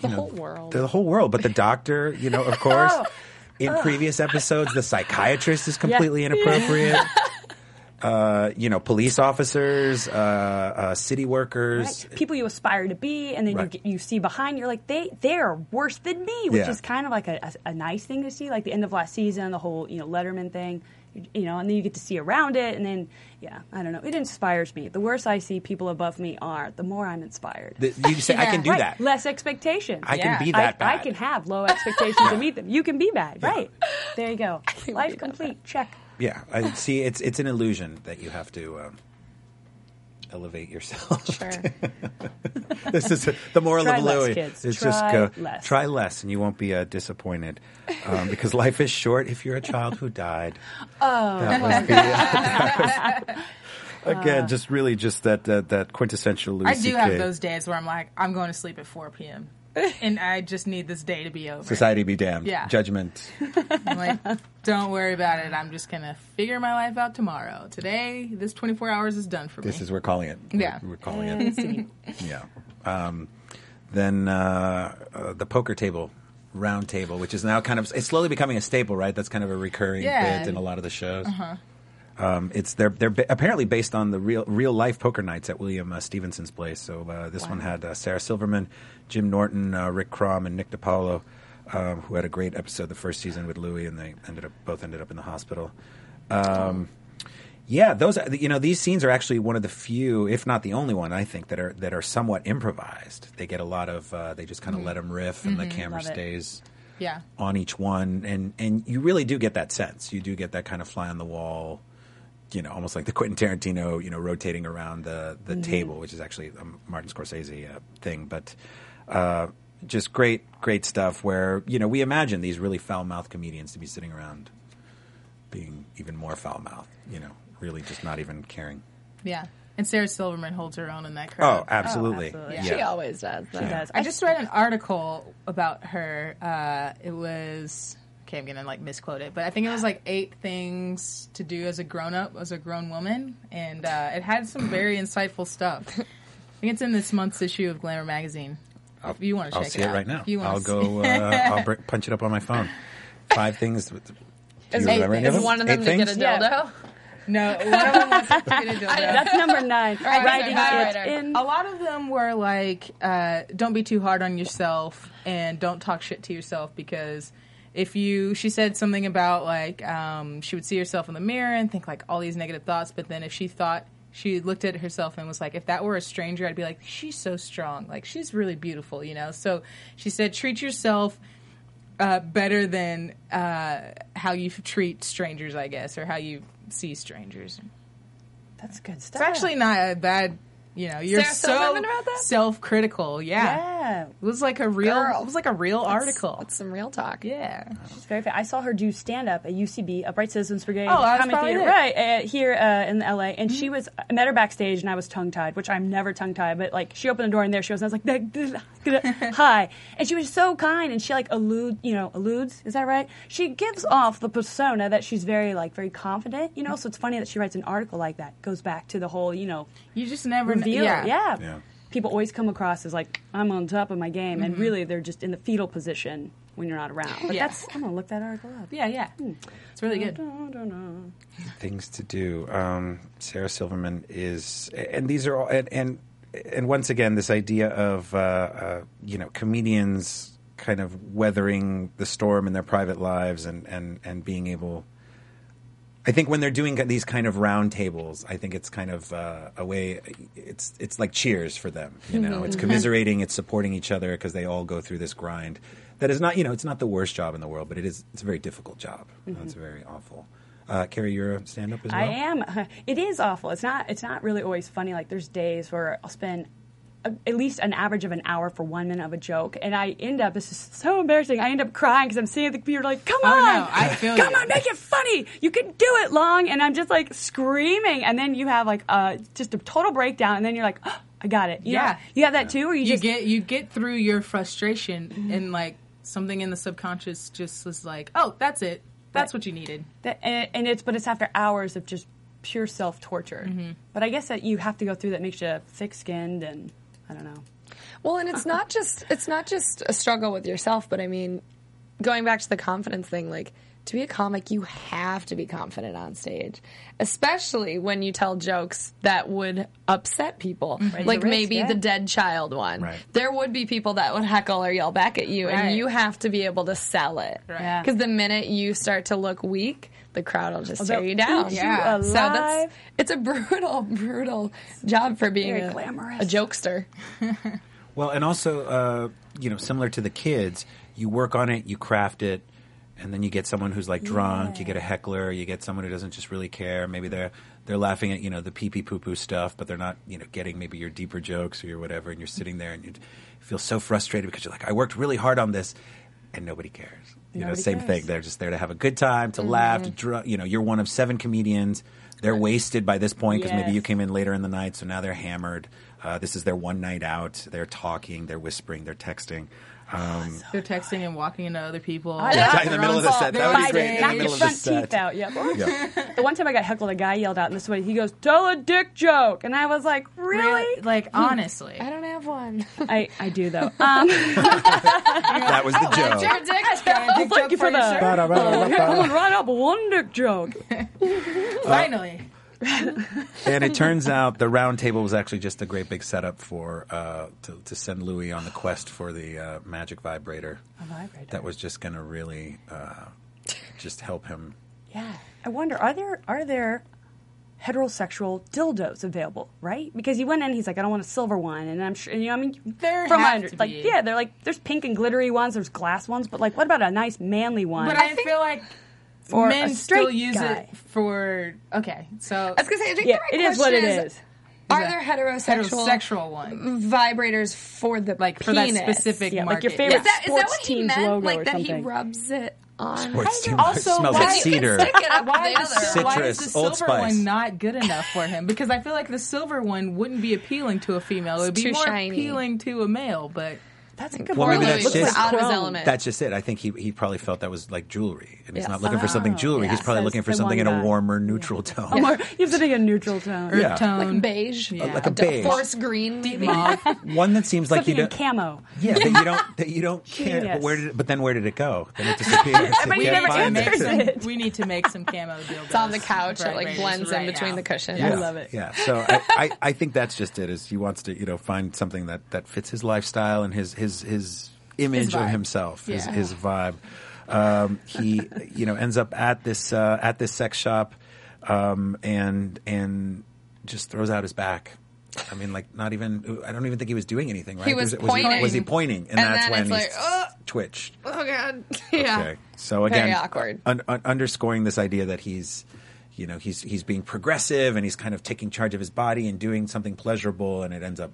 Speaker 4: The
Speaker 2: you know,
Speaker 4: whole world. Oh.
Speaker 2: the whole world. But the doctor, you know, of course, in previous episodes, the psychiatrist is completely inappropriate. Uh, you know, police officers, uh, uh, city workers,
Speaker 3: Right? People you aspire to be, and then
Speaker 2: Right.
Speaker 3: you get, you see behind, you're like they they are worse than me, which
Speaker 2: Yeah.
Speaker 3: is kind of like a, a, a nice thing to see. Like the end of last season, the whole you know Letterman thing, you, you know, and then you get to see around it, and then yeah, I don't know, it inspires me. The worse I see people above me are, the more I'm inspired.
Speaker 2: Th- You say, I can do
Speaker 3: right.
Speaker 2: that.
Speaker 3: Less expectations.
Speaker 2: I
Speaker 5: Yeah.
Speaker 2: can be
Speaker 3: I-
Speaker 2: that
Speaker 3: I,
Speaker 2: bad.
Speaker 3: can have low expectations and meet them. You can be bad, right? There you go. Life complete. Check.
Speaker 2: Yeah, I see. It's it's an illusion that you have to um, elevate yourself.
Speaker 4: Sure.
Speaker 2: this is the moral
Speaker 3: Try
Speaker 2: of
Speaker 3: less,
Speaker 2: Louis.
Speaker 3: kids.
Speaker 2: Is
Speaker 3: Try
Speaker 2: just go
Speaker 3: less.
Speaker 2: try less, and you won't be uh, disappointed um, because life is short. If you're a child who died, oh, that was the, that was-
Speaker 3: Uh.
Speaker 2: again, just really just that that, that quintessential Louis.
Speaker 5: I do
Speaker 2: CK.
Speaker 5: have those days where I'm like, I'm going to sleep at 4 p.m. and I just need this day to be over.
Speaker 2: Society be damned.
Speaker 5: Yeah.
Speaker 2: Judgment.
Speaker 5: I'm like, don't worry about it. I'm just gonna figure my life out tomorrow. Today, this 24 hours is done for
Speaker 2: This
Speaker 5: me.
Speaker 2: is we're calling it.
Speaker 5: Yeah.
Speaker 2: we're, we're calling it. yeah. Um, then uh, uh, the poker table, round table, which is now kind of it's slowly becoming a staple, right? That's kind of a recurring
Speaker 5: Yeah. Uh-huh.
Speaker 2: bit in a lot of the shows. Um, it's they're they're ba- apparently based on the real real life poker nights at William uh, Stevenson's place. So uh, this one had uh, Sarah Silverman, Jim Norton, uh, Rick Crom, and Nick DiPaolo, um, who had a great episode the first season with Louis, and they ended up both ended up in the hospital. Um, yeah, those are- you know these scenes are actually one of the few, if not the only one, I think that are that are somewhat improvised. They get a lot of uh, they just kind of let 'em let them riff, and the camera
Speaker 3: Mm-hmm. Love it.
Speaker 2: stays
Speaker 5: yeah.
Speaker 2: on each one, and and you really do get that sense. You do get that kind of fly on the wall, you know, almost like the Quentin Tarantino, you know, rotating around the the table, which is actually a Martin Scorsese uh, thing, but. Uh, just great, great stuff. Where you know we imagine these really foul-mouthed comedians to be sitting around, being even more foul-mouthed. You know, really just not even caring.
Speaker 5: Yeah. And Sarah Silverman holds her own in that crowd.
Speaker 2: Oh, absolutely.
Speaker 3: absolutely.
Speaker 2: Yeah.
Speaker 4: She always does. That.
Speaker 3: does.
Speaker 5: I just read an article about her. Uh, it was okay. I'm gonna like misquote it, but I think it was like eight things to do as a grown up, as a grown woman, and uh, it had some very insightful stuff. I think it's in this month's issue of Glamour magazine. if you want to
Speaker 2: I'll
Speaker 5: check
Speaker 2: see
Speaker 5: it,
Speaker 2: it,
Speaker 5: out.
Speaker 2: right now.
Speaker 5: If you wanna
Speaker 2: I'll
Speaker 5: see-
Speaker 2: go. Uh, I'll br- punch it up on my phone. Five things. with- Do
Speaker 4: Is,
Speaker 2: you remember any
Speaker 4: is one of them
Speaker 2: Eight
Speaker 4: to
Speaker 2: things?
Speaker 4: get a
Speaker 3: Yeah.
Speaker 4: dildo?
Speaker 5: No, one of them wants to get a dildo.
Speaker 3: That's number nine.
Speaker 4: right,
Speaker 3: Writing
Speaker 4: all right,
Speaker 3: it
Speaker 4: all right.
Speaker 3: in.
Speaker 5: A lot of them were like, uh, "Don't be too hard on yourself, and don't talk shit to yourself because if you," she said something about like um, she would see herself in the mirror and think like all these negative thoughts, but then if she thought she looked at herself and was like, "If that were a stranger, I'd be like, she's so strong, like she's really beautiful," you know. So she said, "Treat yourself." Uh, better than uh, how you treat strangers, I guess, or how you see strangers.
Speaker 3: That's good stuff.
Speaker 5: It's actually not a bad, you know. You're
Speaker 4: Sarah
Speaker 5: so
Speaker 4: Silverman about that?
Speaker 5: self-critical. Yeah.
Speaker 3: Yeah.
Speaker 5: it was like a real.
Speaker 4: Girl.
Speaker 5: It was like a real article.
Speaker 4: That's some real talk.
Speaker 5: yeah,
Speaker 3: She's very fa- I saw her do stand up at UCB, Upright Citizens Brigade,
Speaker 5: Oh, that's
Speaker 3: Comedy
Speaker 5: probably
Speaker 3: Theater,
Speaker 5: it. Mm-hmm.
Speaker 3: right uh, here uh, in LA. And she was, I met her backstage, and I was tongue tied, which I'm never tongue tied. But like, she opened the door, and there she was, and I was like, "Dah, dah, dah, "Hi," and she was so kind, and she like allude, you know, alludes. Is that right? She gives off the persona that she's very like very confident,
Speaker 5: Mm-hmm.
Speaker 3: you know. So it's funny that she writes an article like that. Goes back to the whole, you know,
Speaker 5: you just never kn-
Speaker 3: reveal.
Speaker 5: Yeah.
Speaker 3: Yeah.
Speaker 2: Yeah.
Speaker 3: People always come across as like, I'm on top of my game, and really they're just in the fetal position when you're not around. But
Speaker 5: Yeah.
Speaker 3: that's, I'm gonna look that article up.
Speaker 5: yeah, yeah.
Speaker 3: Hmm.
Speaker 5: It's really
Speaker 3: Mm-hmm.
Speaker 5: good.
Speaker 2: things to do. Um, Sarah Silverman is, and these are all, and and, and once again, this idea of uh, uh, you know comedians kind of weathering the storm in their private lives and and and being able. I think when they're doing these kind of round tables, I think it's kind of uh, a way. It's it's like cheers for them, you know. It's commiserating, it's supporting each other because they all go through this grind. That is not, you know, it's not the worst job in the world, but it is. It's a very difficult job. It's very awful. Uh, Carrie, you're a stand-up as well.
Speaker 3: I am. It is awful. It's not. It's not really always funny. Like there's days where I'll spend a, at least an average of an hour for one minute of a joke, and I end up. This is so embarrassing. I end up crying because I'm sitting at the computer like, "Come
Speaker 5: Oh,
Speaker 3: on,
Speaker 5: no, I feel
Speaker 3: come
Speaker 5: you.
Speaker 3: on, make it funny. You can do it long." And I'm just like screaming, and then you have like uh, just a total breakdown, and then you're like, oh, "I got it." You
Speaker 5: Yeah.
Speaker 3: know? you have that too, or you,
Speaker 5: You
Speaker 3: just Mm-hmm.
Speaker 5: get you get through your frustration and like something in the subconscious just was like, oh, that's it. That's
Speaker 3: Right.
Speaker 5: what you needed.
Speaker 3: That, and, and it's but it's after hours of just pure self torture.
Speaker 5: Mm-hmm.
Speaker 3: But I guess that you have to go through that makes you thick skinned, and I don't know.
Speaker 4: Well, and it's not just it's not just a struggle with yourself, but I mean, going back to the confidence thing, like to be a comic, you have to be confident on stage, especially when you tell jokes that would upset people, like
Speaker 3: It's a risk,
Speaker 4: maybe
Speaker 3: yeah.
Speaker 4: the dead child one.
Speaker 2: Right.
Speaker 4: There would be people that would heckle or yell back at you,
Speaker 5: Right.
Speaker 4: and you have to be able to sell it. Because
Speaker 5: Right. Yeah.
Speaker 4: the minute you start to look weak, the crowd will just tear
Speaker 3: Oh, they'll
Speaker 4: you down.
Speaker 3: eat you
Speaker 5: Yeah.
Speaker 4: So that's
Speaker 3: alive.
Speaker 4: it's a brutal, brutal job for being
Speaker 3: Very
Speaker 4: a,
Speaker 3: glamorous.
Speaker 4: a jokester.
Speaker 2: Well, and also, uh, you know, similar to the kids, you work on it, you craft it, and then you get someone who's like drunk. You get a heckler. You get someone who doesn't just really care. Maybe they're they're laughing at you know the pee pee poo poo stuff, but they're not you know getting maybe your deeper jokes or your whatever. And you're sitting there and you feel so frustrated because you're like, I worked really hard on this, and nobody cares. You know,
Speaker 3: Nobody
Speaker 2: same
Speaker 3: cares.
Speaker 2: thing. They're just there to have a good time, to laugh, to dr- you know, you're one of seven comedians. They're wasted by this point because maybe
Speaker 3: Yes.
Speaker 2: you came in later in the night, so now they're hammered. Uh, this is their one night out. They're talking, they're whispering, they're texting. Um,
Speaker 5: They're texting and walking into other people.
Speaker 3: Yeah,
Speaker 2: in the middle of the set. That would be great. In the
Speaker 3: Knock
Speaker 2: middle
Speaker 3: your
Speaker 2: of the
Speaker 3: front
Speaker 2: set.
Speaker 3: teeth out. Yeah.
Speaker 2: yeah.
Speaker 3: the one time I got heckled, a guy yelled out in this way. He goes, "Tell a dick joke," and I was like, "Really?"
Speaker 5: Like honestly,
Speaker 4: I don't have one.
Speaker 3: I, I do though. Um,
Speaker 2: That was the
Speaker 3: Oh.
Speaker 2: joke.
Speaker 3: thank you for that. Someone write up one dick joke.
Speaker 5: Finally,
Speaker 2: and it turns out the round table was actually just a great big setup for uh, to, to send Louis on the quest for the uh, magic vibrator.
Speaker 3: vibrator.
Speaker 2: That was just going to really uh, just help him.
Speaker 3: Yeah. I wonder are there are there heterosexual dildos available? Right? Because he went in, he's like, I don't want a silver one, and I'm sure. You know, I mean,
Speaker 5: There
Speaker 3: from
Speaker 5: have
Speaker 3: my under-
Speaker 5: to
Speaker 3: like,
Speaker 5: be.
Speaker 3: yeah, they're like, there's pink and glittery ones, there's glass ones, but like, what about a nice manly one?
Speaker 5: but I, feel like
Speaker 3: For a
Speaker 5: men still
Speaker 3: straight
Speaker 5: use
Speaker 3: guy.
Speaker 5: it for okay. So
Speaker 4: I was gonna say, I think
Speaker 3: yeah,
Speaker 4: the
Speaker 3: it
Speaker 4: right
Speaker 3: is what it
Speaker 4: question
Speaker 3: is.
Speaker 4: Are there heterosexual,
Speaker 5: heterosexual one
Speaker 4: vibrators for the
Speaker 5: like for
Speaker 4: penis?
Speaker 5: that specific
Speaker 3: Yeah, like your
Speaker 5: market.
Speaker 3: favorite-
Speaker 4: Is that, is that
Speaker 3: Sports
Speaker 4: what he
Speaker 3: team's
Speaker 4: meant?
Speaker 3: logo
Speaker 4: Like
Speaker 3: or
Speaker 4: that he
Speaker 3: something.
Speaker 4: rubs it on.
Speaker 2: Sports team
Speaker 5: also,
Speaker 2: smells
Speaker 5: why-
Speaker 2: like cedar.
Speaker 4: Stick it up
Speaker 5: Why
Speaker 4: the
Speaker 5: is, the,
Speaker 4: other.
Speaker 5: sil- why is the
Speaker 2: Citrus,
Speaker 5: silver
Speaker 2: Old Spice.
Speaker 5: one not good enough for him? Because I feel like the silver one wouldn't be appealing to a female. It would
Speaker 4: It's
Speaker 5: be
Speaker 4: too
Speaker 5: more
Speaker 4: shiny.
Speaker 5: appealing to a male, but
Speaker 4: That's a good
Speaker 2: Well, maybe
Speaker 4: point.
Speaker 2: that's
Speaker 4: Looks like
Speaker 2: just
Speaker 4: out of his element.
Speaker 2: that's just it. I think he, he probably felt that was like jewelry, and he's
Speaker 4: Yes.
Speaker 2: not looking for something jewelry.
Speaker 4: yes.
Speaker 2: he's probably
Speaker 3: That's
Speaker 2: looking for
Speaker 3: the
Speaker 2: something
Speaker 3: one
Speaker 2: in a
Speaker 3: guy.
Speaker 2: warmer, neutral tone.
Speaker 3: Or you have to take a neutral tone.
Speaker 5: earth
Speaker 2: Yeah.
Speaker 5: tone.
Speaker 4: like beige,
Speaker 5: Yeah.
Speaker 2: Like a
Speaker 4: Da-
Speaker 2: beige.
Speaker 4: forest green, maybe.
Speaker 5: Mauve.
Speaker 2: One that seems like
Speaker 3: Something
Speaker 2: you
Speaker 3: in
Speaker 2: don't.
Speaker 3: camo.
Speaker 2: yeah, that you don't that you don't care. But
Speaker 3: Yes.
Speaker 2: where did it, but then where did it go? Then it disappears.
Speaker 3: But
Speaker 2: You
Speaker 3: you
Speaker 2: can't
Speaker 3: never
Speaker 2: find
Speaker 3: answered
Speaker 2: it.
Speaker 3: it.
Speaker 5: some, we need to make some camo dildos. It's
Speaker 4: on the couch. It, like, blends in between the cushions.
Speaker 5: Yeah.
Speaker 4: I
Speaker 2: Yeah,
Speaker 5: love it.
Speaker 2: Yeah. So I, I, I think that's just it. Is he wants to you know find something that, that fits his lifestyle and his his his image of
Speaker 5: vibe.
Speaker 2: himself, his
Speaker 5: Yeah.
Speaker 2: his vibe. Um, he you know ends up at this uh, at this sex shop, um, and and just throws out his back. I mean, like not even. I don't even think he was doing anything. Right?
Speaker 4: was
Speaker 2: He,
Speaker 4: pointing.
Speaker 2: was he pointing? And,
Speaker 4: And
Speaker 2: that's
Speaker 4: then
Speaker 2: when
Speaker 4: it's
Speaker 2: he's
Speaker 4: like, "Ugh."
Speaker 2: twitched.
Speaker 4: Oh god. yeah.
Speaker 2: Okay. So again,
Speaker 4: Very awkward.
Speaker 2: un- un- underscoring this idea that he's, you know, he's he's being progressive and he's kind of taking charge of his body and doing something pleasurable, and it ends up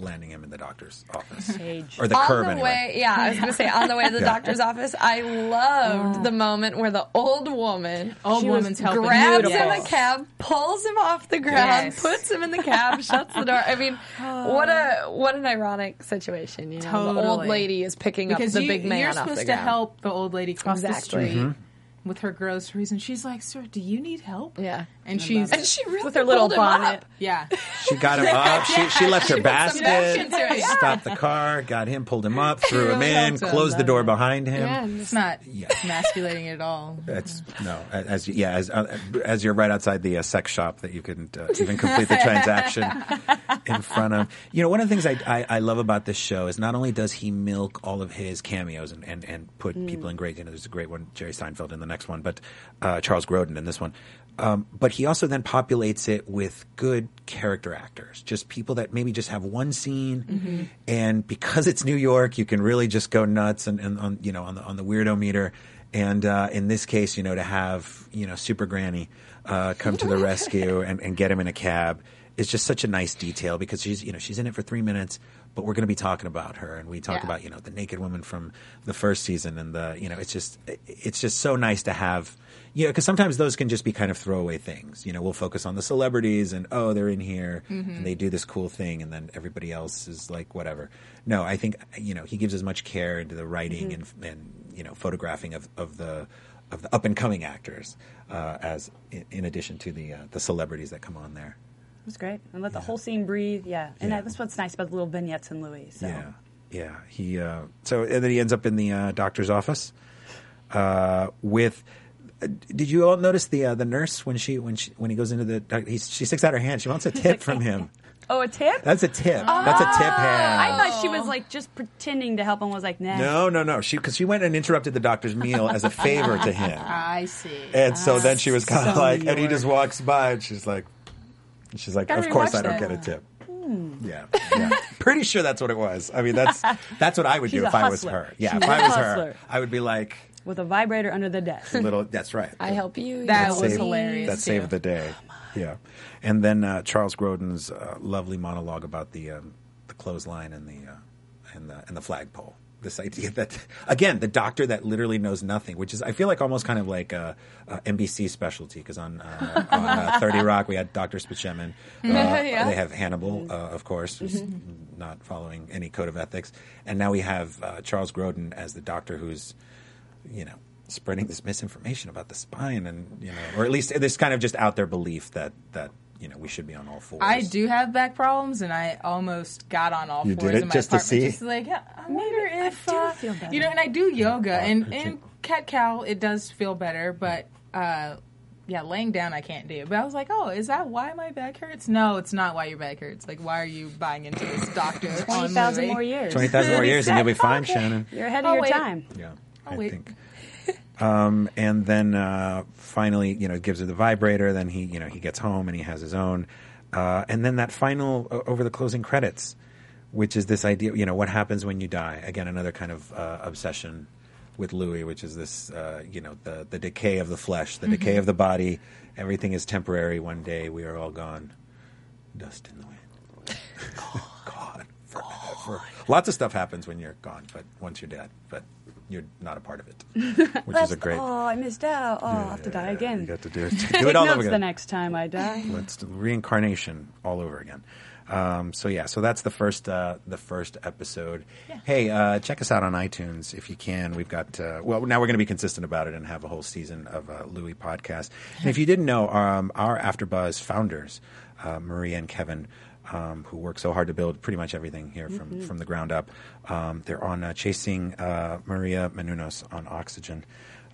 Speaker 2: landing him in the doctor's office
Speaker 3: Cage.
Speaker 2: or the
Speaker 4: on
Speaker 2: curb
Speaker 4: the
Speaker 2: anyway.
Speaker 4: way, yeah, I was gonna say on the way to the
Speaker 2: Yeah.
Speaker 4: doctor's office, I
Speaker 3: Oh.
Speaker 4: loved the moment where the old woman
Speaker 3: was
Speaker 5: Old woman's helping.
Speaker 4: grabs
Speaker 5: Beautiful.
Speaker 4: him a cab, pulls him off the ground,
Speaker 5: Yes.
Speaker 4: puts him in the cab, shuts the door. I mean, what a what an ironic situation. You know, the old
Speaker 5: Totally.
Speaker 4: lady is picking
Speaker 5: Because
Speaker 4: up the
Speaker 5: you,
Speaker 4: big man
Speaker 5: you're
Speaker 4: off the
Speaker 5: supposed to
Speaker 4: ground.
Speaker 5: help the old lady cross
Speaker 4: Exactly.
Speaker 5: the street
Speaker 2: Mm-hmm.
Speaker 5: with her groceries, and she's like, "Sir, do you need help?"
Speaker 4: Yeah.
Speaker 5: and she's
Speaker 4: And she really
Speaker 3: With her little
Speaker 4: pulled him up.
Speaker 3: bonnet.
Speaker 5: yeah.
Speaker 2: She got him up. She she left her
Speaker 4: some action
Speaker 2: basket,
Speaker 4: to it, yeah.
Speaker 2: stopped the car, got him, pulled him up, threw him in,
Speaker 5: helped him.
Speaker 2: closed the door behind him.
Speaker 5: It's not
Speaker 2: Yeah.
Speaker 5: masculating at all.
Speaker 2: That's no, as you- yeah, as uh, as you're right outside the uh, sex shop that you couldn't uh, even complete the transaction in front of. You know, one of the things I, I I love about this show is not only does he milk all of his cameos and and, and put people in great. You know, there's a great one, Jerry Seinfeld in the next one, but uh, Charles Grodin in this one. Um, but he also then populates it with good character actors, just people that maybe just have one scene, and because it's New York, you can really just go nuts and, and on you know on the on the weirdo meter. And uh, in this case, you know, to have you know Super Granny uh, come to the rescue and, and get him in a cab is just such a nice detail because she's you know she's in it for three minutes, but we're going to be talking about her and we talk
Speaker 4: Yeah.
Speaker 2: about you know the naked woman from the first season and the you know it's just it's just so nice to have you know because sometimes those can just be kind of throwaway things. You know, we'll focus on the celebrities and oh they're in here and they do this cool thing and then everybody else is like whatever. No, I think you know he gives as much care into the writing and and you know photographing of of the of the up and coming actors uh, as in, in addition to the uh, the celebrities that come on there.
Speaker 3: It was great. And let the whole scene breathe. Yeah. And
Speaker 2: Yeah.
Speaker 3: I- that's what's nice about the little vignettes in Louis. So.
Speaker 2: Yeah, yeah. He uh, so and then he ends up in the uh, doctor's office uh, with. uh, Did you all notice the uh, the nurse when she when she when he goes into the doc- he, she sticks out her hand she wants a tip from him
Speaker 3: Oh, a tip?
Speaker 2: that's a tip that's a tip hand
Speaker 3: Oh, I thought she was like just pretending to help and was like, nah.
Speaker 2: no no no she because she went and interrupted the doctor's meal as a favor to him
Speaker 3: Oh.
Speaker 5: I see.
Speaker 2: and so then she was kind of
Speaker 3: Ah, so
Speaker 2: like
Speaker 3: New
Speaker 2: and he
Speaker 3: York.
Speaker 2: just walks by and she's like and she's like
Speaker 3: Gotta
Speaker 2: of course
Speaker 3: rewatch
Speaker 2: I don't
Speaker 3: that. Hmm.
Speaker 2: get a tip yeah, yeah. pretty sure that's what it was I mean that's that's what I would
Speaker 3: She's
Speaker 2: do
Speaker 3: a
Speaker 2: if I was
Speaker 3: hustler.
Speaker 2: her yeah
Speaker 3: She's
Speaker 2: if
Speaker 3: a
Speaker 2: I was her
Speaker 3: hustler.
Speaker 2: I would be like.
Speaker 3: With a vibrator under the desk.
Speaker 2: little. That's right.
Speaker 4: I help you.
Speaker 5: That
Speaker 4: you
Speaker 5: was
Speaker 4: help me.
Speaker 5: hilarious.
Speaker 2: That
Speaker 5: too.
Speaker 2: save of the day. Yeah, and then uh, Charles Grodin's uh, lovely monologue about the um, the clothesline and the uh, and the and the flagpole. This idea that again, the doctor that literally knows nothing, which is I feel like almost kind of like a, a NBC specialty because on, uh, on uh, Thirty Rock we had Doctor Spichemin. Uh,
Speaker 4: Yeah.
Speaker 2: They have Hannibal, uh, of course, who's not following any code of ethics, and now we have uh, Charles Grodin as the doctor who's you know, spreading this misinformation about the spine and, you know, or at least this kind of just out there belief that, that, you know, we should be on all fours.
Speaker 5: I do have back problems, and I almost got on all
Speaker 2: You did
Speaker 5: fours
Speaker 2: it
Speaker 5: in my
Speaker 2: just to
Speaker 5: apartment.
Speaker 2: see?
Speaker 5: Just like, yeah, I wonder if
Speaker 3: do
Speaker 5: uh,
Speaker 3: feel better.
Speaker 5: you know. And I do yoga,
Speaker 2: Oh,
Speaker 5: and
Speaker 2: okay.
Speaker 5: and cat cow, it does feel better, but uh, yeah, laying down, I can't do it. But I was like, oh, is that why my back hurts? No, it's not why your back hurts. Like, why are you buying into this doctor? on
Speaker 3: 20,000
Speaker 5: Louis?
Speaker 3: more years.
Speaker 2: 20,000 more years and you'll be fine, Shannon.
Speaker 3: You're ahead of
Speaker 5: Oh,
Speaker 3: your
Speaker 5: wait.
Speaker 3: time.
Speaker 2: Yeah.
Speaker 5: I'll
Speaker 2: I
Speaker 5: wait.
Speaker 2: think. Um, and then, uh, finally, you know, gives her the vibrator. Then he, you know, he gets home and he has his own. Uh, and then that final o- over the closing credits, which is this idea, you know, what happens when you die? Again, another kind of, uh, obsession with Louis, which is this, uh, you know, the, the decay of the flesh, the decay
Speaker 3: Mm-hmm.
Speaker 2: of the body. Everything is temporary. One day we are all gone. Dust in the wind. gone forever. Lots of stuff happens when you're gone, but once you're dead. But you're not a part of it, which is a great.
Speaker 3: Oh, I missed out. Oh, I'll have to die again.
Speaker 2: You got to do it. Do
Speaker 3: Take
Speaker 2: it all over
Speaker 3: notes
Speaker 2: again.
Speaker 3: the next time I die.
Speaker 2: Let's do reincarnation all over again. Um, so yeah, so that's the first uh, the first episode. Hey, uh, check us out on iTunes if you can. We've got uh, well now we're going to be consistent about it and have a whole season of uh, Louis podcast. And if you didn't know, um, our AfterBuzz founders, uh, Maria and Kevin. Um, who work so hard to build pretty much everything here from, from the ground up? Um, they're on uh, Chasing uh, Maria Menounos on Oxygen,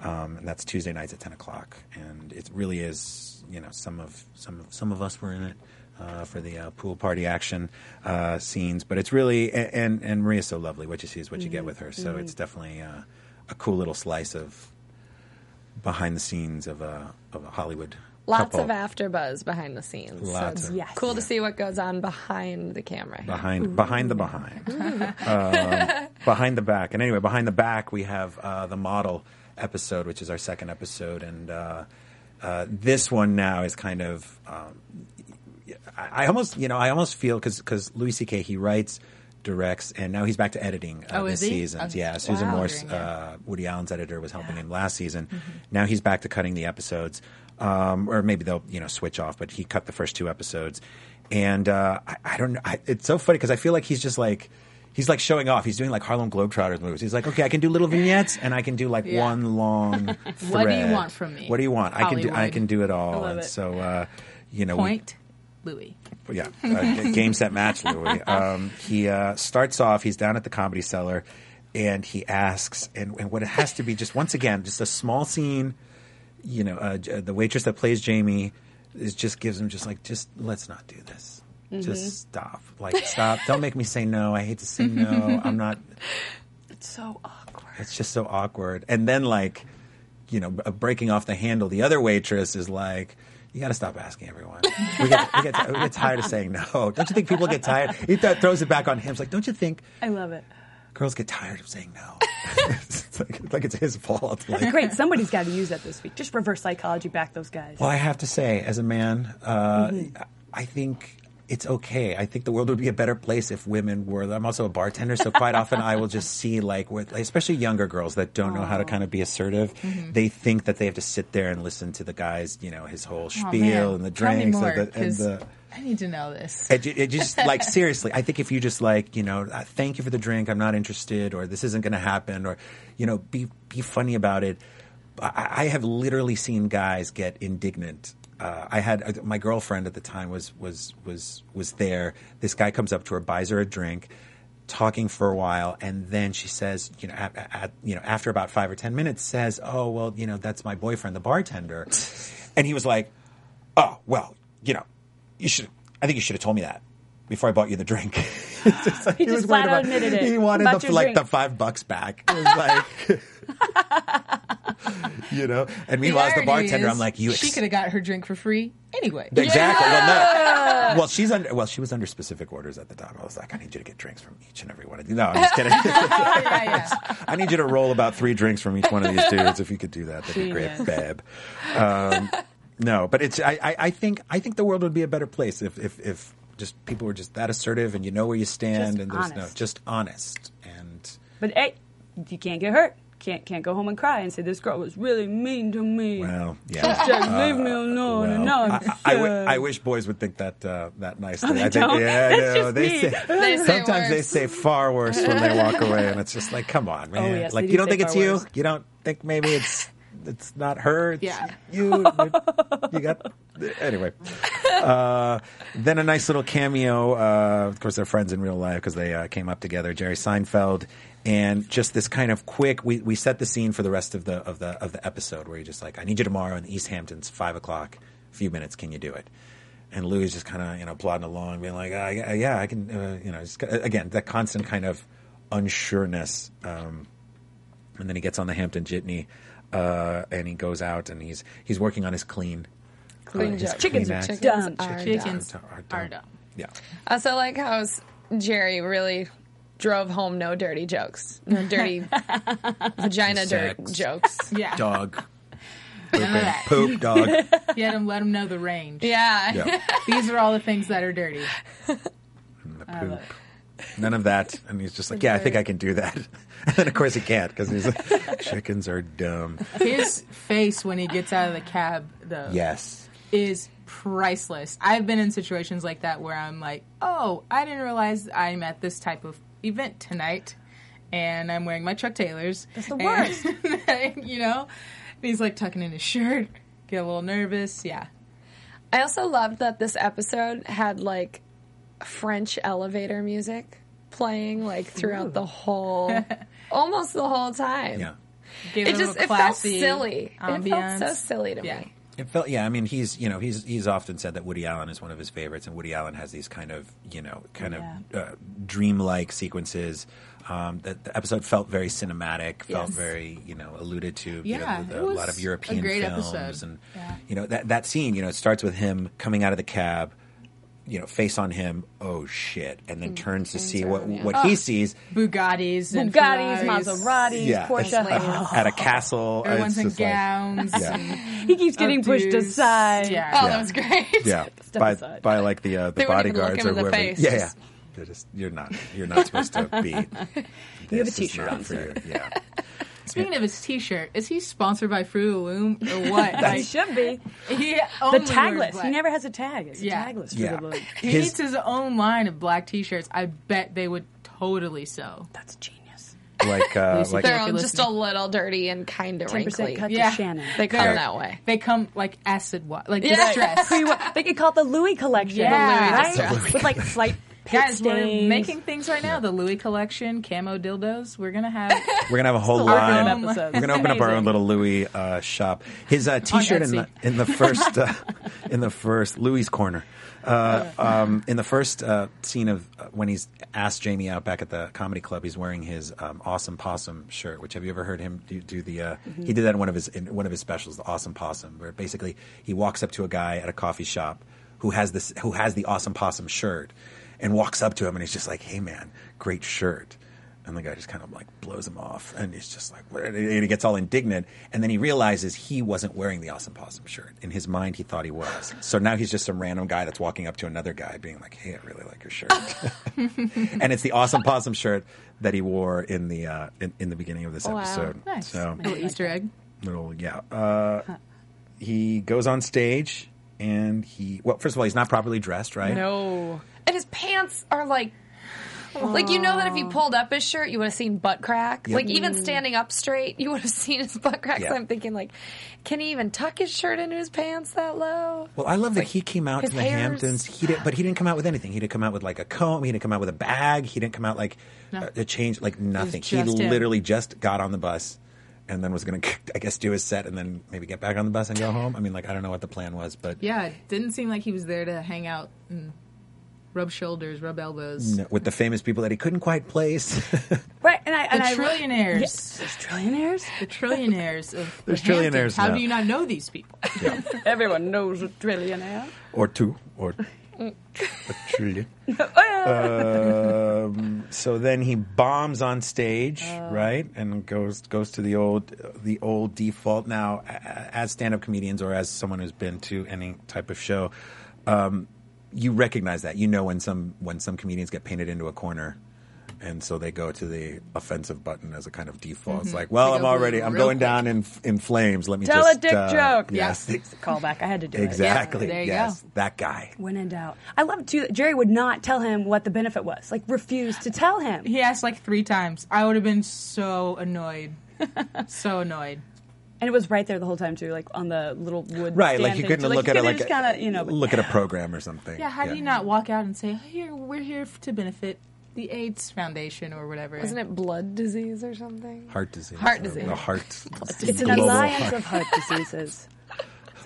Speaker 2: um, and that's Tuesday nights at ten o'clock. And it really is, you know, some of some of some of us were in it uh, for the uh, pool party action uh, scenes. But it's really a- and and Maria's so lovely. What you see is what you
Speaker 4: Mm-hmm.
Speaker 2: get with her. So it's definitely uh, a cool little slice of behind the scenes of a of a Hollywood.
Speaker 4: Lots
Speaker 2: couple
Speaker 4: of after buzz behind the scenes. so
Speaker 2: Lots
Speaker 4: it's
Speaker 2: of-
Speaker 3: Yes.
Speaker 4: cool to see what goes on behind the camera. here.
Speaker 2: behind behind the behind Um, behind the back. And anyway, behind the back we have uh, the model episode, which is our second episode, and. Uh, uh, this one now is kind of um, I I almost, you know, I almost feel because Louis C.K. he writes, directs, and now he's back to editing uh,
Speaker 5: Oh,
Speaker 2: this
Speaker 5: is he?
Speaker 2: season.
Speaker 5: Okay.
Speaker 2: Yeah, Susan
Speaker 5: Wow.
Speaker 2: Morse, uh, Woody Allen's editor, was helping him last season.
Speaker 5: Mm-hmm.
Speaker 2: Now he's back to cutting the episodes, um, or maybe they'll you know switch off. But he cut the first two episodes, and uh, I, I don't know. I, it's so funny because I feel like he's just like. He's like showing off. He's doing like Harlem Globetrotters movies. He's like, okay, I can do little vignettes and I can do like
Speaker 5: Yeah.
Speaker 2: one long.
Speaker 5: What do you
Speaker 2: thread.
Speaker 5: want from me,
Speaker 2: What do you want? I can do. I
Speaker 5: Hollywood?
Speaker 2: can do it all.
Speaker 3: love
Speaker 2: and
Speaker 3: it.
Speaker 2: so, uh, you know, we-
Speaker 5: Point, Louis.
Speaker 2: yeah, uh, game set match, Louis. Um, he uh, starts off. He's down at the comedy cellar, and he asks, and, and what it has to be, just once again, just a small scene. You know, uh, J- the waitress that plays Jamie is just gives him just like, just let's not do this.
Speaker 3: Mm-hmm.
Speaker 2: Just stop. Like, stop. Don't make me say no. I hate to say no. I'm not.
Speaker 3: It's so awkward.
Speaker 2: It's just so awkward. And then like, you know, b- breaking off the handle, the other waitress is like, you got to stop asking everyone. We get, we, get, we get tired of saying no. Don't you think people get tired? He th- throws it back on him. It's like, don't you think
Speaker 3: I love it.
Speaker 2: girls get tired of saying no? it's like, it's like it's his fault. Like,
Speaker 3: Great. Somebody's got to use that this week. Just reverse psychology back those guys.
Speaker 2: Well, I have to say, as a man, uh,
Speaker 5: Mm-hmm.
Speaker 2: I think it's okay. I think the world would be a better place if women were. I'm also a bartender, so quite often I will just see like, with, especially younger girls that don't know how to kind of be assertive.
Speaker 5: Mm-hmm.
Speaker 2: They think that they have to sit there and listen to the guys, you know, his whole
Speaker 5: Oh,
Speaker 2: spiel
Speaker 5: man.
Speaker 2: and the
Speaker 5: Tell me
Speaker 2: drinks
Speaker 5: more,
Speaker 2: and the. And
Speaker 5: 'cause
Speaker 2: the
Speaker 5: I need to know this.
Speaker 2: it, ju- it just like seriously, I think if you just like you know, uh, thank you for the drink, I'm not interested, or this isn't going to happen, or you know, be be funny about it. I, I have literally seen guys get indignant. Uh, I had uh, my girlfriend at the time was was was was there. This guy comes up to her, buys her a drink, talking for a while, and then she says, you know, at, at, you know, after about five or ten minutes, says, "Oh well, you know, that's my boyfriend, the bartender," and he was like oh well you know you should i think you should have told me that before i bought you the drink It's just like
Speaker 3: He just flat
Speaker 2: worried
Speaker 3: out admitted it.
Speaker 2: he wanted
Speaker 3: Bought
Speaker 2: the,
Speaker 3: your
Speaker 2: like
Speaker 3: drink.
Speaker 2: the five bucks back it was like you know and meanwhile as the
Speaker 5: irony
Speaker 2: bartender
Speaker 5: is,
Speaker 2: i'm like you
Speaker 5: she
Speaker 2: ex-
Speaker 5: could have got her drink for free anyway.
Speaker 2: Exactly. Well, no. Well, she's under. Well, she was under specific orders at the time. I was like, I need you to get drinks from each and every one of these. No, I'm just kidding.
Speaker 5: Yeah, yeah.
Speaker 2: I need you to roll about three drinks from each one of these dudes. If you could do that, that'd be great,
Speaker 3: Genius.
Speaker 2: babe. Um, no, but it's. I, I, I think. I think the world would be a better place if, if, if just people were just that assertive and you know where you stand
Speaker 3: Just
Speaker 2: and there's no
Speaker 3: honest.
Speaker 2: just honest and.
Speaker 3: But hey, you can't get hurt. Can't can't go home and cry and say this girl was really mean to me.
Speaker 2: Well, yeah.
Speaker 3: Just leave me alone.
Speaker 2: Well,
Speaker 3: and now I'm
Speaker 2: I, I- I wi-
Speaker 3: sad.
Speaker 2: I wish boys would think that uh, that nicely. I think,
Speaker 3: Oh, don't?
Speaker 2: yeah, I
Speaker 3: That's
Speaker 2: know.
Speaker 3: just
Speaker 2: They
Speaker 3: me.
Speaker 2: say,
Speaker 4: They say
Speaker 2: sometimes they
Speaker 4: worse.
Speaker 2: say far worse when they walk away, and it's just like, come on, man.
Speaker 3: yes,
Speaker 2: like
Speaker 3: they do
Speaker 2: you don't
Speaker 3: say
Speaker 2: think it's
Speaker 3: far
Speaker 2: you.
Speaker 3: worse.
Speaker 2: You don't think maybe it's it's not her. It's
Speaker 5: Yeah.
Speaker 2: you. You got anyway. Uh, then a nice little cameo. Uh, of course, they're friends in real life because they uh, came up together. Jerry Seinfeld. And just this kind of quick, we, we set the scene for the rest of the of the of the episode where you're just like, I need you tomorrow in the East Hamptons, five o'clock, few minutes, can you do it? And Louis just kind of you know plodding along, being like, "Ah, yeah, yeah, I can, uh, you know, just, again that constant kind of unsureness um, and then he gets on the Hampton Jitney, uh, and he goes out and he's he's working on his clean. uh,
Speaker 4: Clean
Speaker 2: his
Speaker 4: jokes.
Speaker 3: Chickens
Speaker 2: clean
Speaker 3: are
Speaker 2: act.
Speaker 3: chickens.
Speaker 4: Chickens
Speaker 3: Dumb.
Speaker 4: are
Speaker 5: Chickens
Speaker 4: dumb.
Speaker 2: Are dumb.
Speaker 5: are dumb.
Speaker 2: Yeah,
Speaker 4: I also like how s- Jerry really drove home no dirty jokes, no dirty vagina dirt
Speaker 2: Sex.
Speaker 4: jokes.
Speaker 5: Yeah.
Speaker 2: dog,
Speaker 5: None of that.
Speaker 2: poop, dog.
Speaker 5: You had him let him know the range.
Speaker 4: Yeah.
Speaker 2: Yeah,
Speaker 5: These are all the things that are dirty.
Speaker 2: and the poop. None of that. And he's just like, yeah, I think I can do that. And then, of course, he can't because he's like, chickens are dumb.
Speaker 5: His face when he gets out of the cab, though,
Speaker 2: Yes.
Speaker 5: is priceless. I've been in situations like that where I'm like, oh, I didn't realize I'm at this type of event tonight, and I'm wearing my Chuck Taylors. That's
Speaker 3: the worst.
Speaker 5: you know, and he's like tucking in his shirt, get a little nervous. Yeah,
Speaker 4: I also loved that this episode had like French elevator music playing like throughout the whole, almost the whole time.
Speaker 2: Yeah.
Speaker 5: Give
Speaker 4: It
Speaker 5: a
Speaker 4: just
Speaker 5: little
Speaker 4: it felt
Speaker 5: classy
Speaker 4: silly. It felt so
Speaker 5: ambiance.
Speaker 4: silly to
Speaker 5: Yeah.
Speaker 4: me.
Speaker 2: It felt, yeah. I mean, he's you know he's he's often said that Woody Allen is one of his favorites, and Woody Allen has these kind of you know kind
Speaker 3: Yeah.
Speaker 2: of uh, dreamlike sequences. Um, that the episode felt very cinematic, felt
Speaker 5: Yes.
Speaker 2: very you know alluded to.
Speaker 5: Yeah,
Speaker 2: you know,
Speaker 5: it
Speaker 2: with a lot
Speaker 5: was
Speaker 2: of European
Speaker 5: a great
Speaker 2: films,
Speaker 5: episode.
Speaker 2: and
Speaker 5: Yeah.
Speaker 2: you know that that scene. You know, it starts with him coming out of the cab. You know, face on him. Oh shit! And
Speaker 5: Mm,
Speaker 2: then turns to see what
Speaker 4: around, yeah.
Speaker 2: what he sees.
Speaker 5: Bugattis, and
Speaker 3: Bugattis,
Speaker 5: Ferraris.
Speaker 3: Maseratis,
Speaker 2: Yeah,
Speaker 3: Porsche.
Speaker 2: at a castle.
Speaker 5: Everyone's
Speaker 2: Uh, It's
Speaker 5: in
Speaker 2: just like-
Speaker 5: gowns.
Speaker 2: Yeah.
Speaker 5: and
Speaker 3: he keeps getting pushed
Speaker 5: updos.
Speaker 3: aside.
Speaker 5: Yeah.
Speaker 4: Oh, that was great.
Speaker 2: Yeah,
Speaker 3: Step
Speaker 2: by,
Speaker 3: aside.
Speaker 2: by like the uh, the
Speaker 4: They wouldn't even look
Speaker 2: bodyguards
Speaker 4: him
Speaker 2: or
Speaker 4: in the
Speaker 2: whoever.
Speaker 4: face,
Speaker 2: yeah,
Speaker 4: just-
Speaker 2: yeah. They're just you're not you're not supposed to be.
Speaker 3: You have a
Speaker 2: this is
Speaker 3: t-shirt
Speaker 2: not
Speaker 3: on,
Speaker 2: for
Speaker 3: sir.
Speaker 2: you. Yeah,
Speaker 5: Speaking of his T-shirt, is he sponsored by Fruit of the Loom or what?
Speaker 3: He
Speaker 5: like,
Speaker 3: should be.
Speaker 5: he
Speaker 3: The
Speaker 5: only wears
Speaker 3: tagless.
Speaker 5: black.
Speaker 3: He never has a tag. It's
Speaker 5: Yeah.
Speaker 3: a tagless for
Speaker 2: Yeah.
Speaker 3: the look.
Speaker 5: He
Speaker 2: His-
Speaker 5: needs his own line of black T-shirts. I bet they would totally sell.
Speaker 3: That's genius.
Speaker 2: like uh,
Speaker 5: Lucy
Speaker 2: like
Speaker 5: Fair.
Speaker 4: They're all
Speaker 5: If you
Speaker 4: just a
Speaker 5: listen.
Speaker 4: little dirty and kind of
Speaker 3: 10%
Speaker 4: wrinkly.
Speaker 3: cut
Speaker 5: Yeah.
Speaker 3: to Shannon.
Speaker 4: They come
Speaker 5: They're-
Speaker 4: that way.
Speaker 5: They come like acid wash, like
Speaker 4: Yeah.
Speaker 5: distress.
Speaker 3: Free wa- they could call it the Louis collection.
Speaker 5: Yeah.
Speaker 3: right?
Speaker 4: The
Speaker 3: With like slight pit
Speaker 5: Guys,
Speaker 3: stains.
Speaker 5: we're making things right now. The Louis collection, camo dildos. We're gonna have
Speaker 2: we're gonna have a whole
Speaker 3: We're doing
Speaker 2: line.
Speaker 3: episodes.
Speaker 2: We're gonna open up our own
Speaker 3: Amazing.
Speaker 2: little Louis uh, shop. His uh, T-shirt in the
Speaker 5: Etsy.
Speaker 2: in the first uh, in the first Louis corner. Uh, um, in the first uh, scene of uh, when he's asked Jamie out back at the comedy club, he's wearing his um, awesome possum shirt. Which have you ever heard him do, do the? Uh, He did that in one of his in one of his specials, the awesome possum, where basically he walks up to a guy at a coffee shop who has this who has the awesome possum shirt, and walks up to him and he's just like, "Hey man, great shirt." And the guy just kind of like blows him off, and he's just like, "What?" and he gets all indignant. And then he realizes he wasn't wearing the awesome possum shirt. In his mind, he thought he was. So now he's just some random guy that's walking up to another guy, being like, "Hey, I really like your shirt." and it's the awesome possum shirt that he wore in the uh, in, in the beginning of this episode.
Speaker 5: nice
Speaker 2: So
Speaker 5: little Easter egg.
Speaker 2: little yeah. Uh, he goes on stage, and he well, first of all, he's not properly dressed, right?
Speaker 4: No. And his pants are like. Like you know that if you pulled up his shirt, you would have seen butt crack. Like
Speaker 2: Mm.
Speaker 4: even standing up straight, you would have seen his butt crack.
Speaker 2: Yeah.
Speaker 4: So I'm thinking, like, can he even tuck his shirt into his pants that low?
Speaker 2: Well, I love that he came out to
Speaker 4: his
Speaker 2: the
Speaker 4: hair's-
Speaker 2: Hamptons. He did, but he didn't come out with anything. He didn't come out with like a comb. He didn't come out with a bag. He didn't come out like uh, a change, like nothing. He
Speaker 5: just him.
Speaker 2: literally just got on the bus and then was going to, I guess, do his set and then maybe get back on the bus and go home. I mean, like I don't know what the plan was, but
Speaker 5: Yeah, it didn't seem like he was there to hang out and rub shoulders, rub elbows.
Speaker 2: with the famous people that he couldn't quite place.
Speaker 3: Right, and I, and
Speaker 5: The
Speaker 3: I,
Speaker 5: trillionaires.
Speaker 3: Yes, there's trillionaires.
Speaker 5: The trillionaires of
Speaker 2: There's
Speaker 5: the Hamptons.
Speaker 2: trillionaires
Speaker 5: How
Speaker 2: now.
Speaker 5: do you not know these people?
Speaker 2: Yeah.
Speaker 3: Everyone knows a trillionaire.
Speaker 2: or two or a trillion. um, so then he bombs on stage, right, and goes goes to the old the old default. Now, a- a- as stand up comedians or as someone who's been to any type of show, um, you recognize that. You know when some when some comedians get painted into a corner. And so they go to the offensive button as a kind of default. It's like, well,
Speaker 5: They
Speaker 2: I'm
Speaker 5: go
Speaker 2: already, I'm
Speaker 5: real
Speaker 2: going
Speaker 5: quick.
Speaker 2: down in in flames. Let me
Speaker 3: Tell
Speaker 2: just
Speaker 3: a dick
Speaker 2: uh,
Speaker 3: joke.
Speaker 2: Yes,
Speaker 3: It's a callback. I had to do it.
Speaker 2: exactly.
Speaker 5: there you
Speaker 2: yes,
Speaker 5: go.
Speaker 2: that guy.
Speaker 3: When in doubt, I love too that Jerry would not tell him what the benefit was. Like refused to tell him.
Speaker 5: He asked like three times. I would have been so annoyed. so annoyed.
Speaker 3: And it was right there the whole time too, like on the little wood.
Speaker 2: Right,
Speaker 3: stand
Speaker 2: like you
Speaker 3: thing,
Speaker 2: couldn't
Speaker 3: too.
Speaker 2: look at
Speaker 3: you
Speaker 2: it
Speaker 3: could've
Speaker 2: like
Speaker 3: just
Speaker 2: a-
Speaker 3: kind of you know
Speaker 2: look at a program or something.
Speaker 5: Yeah, how do you not walk out and say, "Here, we're here to benefit the AIDS Foundation or whatever"?
Speaker 4: Wasn't it blood disease or something?
Speaker 2: Heart disease.
Speaker 4: Heart
Speaker 2: Uh,
Speaker 4: disease.
Speaker 2: The heart.
Speaker 3: It's an
Speaker 2: global
Speaker 3: alliance
Speaker 2: heart-
Speaker 3: of heart diseases.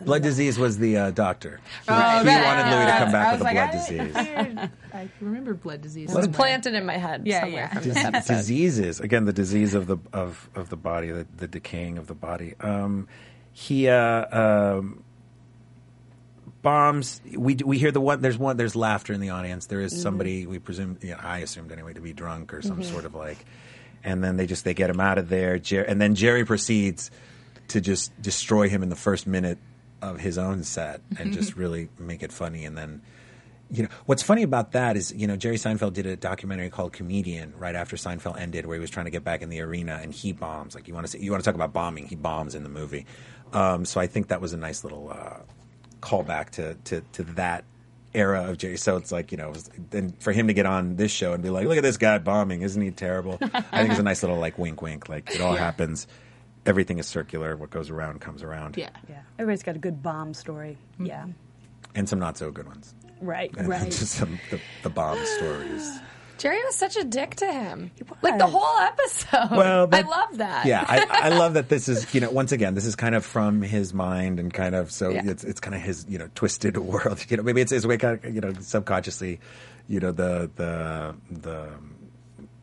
Speaker 2: Blood disease was the uh, doctor. He, he
Speaker 5: that-
Speaker 2: wanted Louis to come
Speaker 5: Oh, I
Speaker 2: back with
Speaker 5: was
Speaker 2: a
Speaker 5: like,
Speaker 2: blood
Speaker 5: I-
Speaker 2: disease.
Speaker 5: I remember blood disease.
Speaker 4: It was
Speaker 5: somewhere.
Speaker 4: planted in my head
Speaker 5: Yeah,
Speaker 4: somewhere
Speaker 5: yeah.
Speaker 4: from this episode.
Speaker 2: diseases again the disease of the of, of the body the, the decaying of the body um, he uh, um, bombs we we hear the one there's one there's laughter in the audience there is somebody we presume you know, I assumed anyway to be drunk or some sort of like and then they just they get him out of there Jer- and then Jerry proceeds to just destroy him in the first minute of his own set and just really make it funny and then you know what's funny about that is you know Jerry Seinfeld did a documentary called Comedian right after Seinfeld ended where he was trying to get back in the arena and he bombs like you want to say, you want to talk about bombing he bombs in the movie um, so I think that was a nice little uh, callback to, to to that era of Jerry so it's like you know it was- then for him to get on this show and be like look at this guy bombing isn't he terrible I think it's a nice little like wink wink like it all happens everything is circular what goes around comes around
Speaker 5: Yeah.
Speaker 3: Yeah. Mm-hmm. Everybody's got a good bomb story. Yeah.
Speaker 2: and some not so good ones
Speaker 3: Right.
Speaker 2: And just some the, the bomb stories.
Speaker 4: Jerry was such a dick to him.
Speaker 3: was.
Speaker 4: Like the whole episode.
Speaker 2: that-
Speaker 4: I love that.
Speaker 2: Yeah, I, I love that. This is you know, once again, this is kind of from his mind and kind of so
Speaker 4: Yeah.
Speaker 2: it's it's kind of his you know twisted world. You know, maybe it's his way kind of you know subconsciously, you know the the the. um,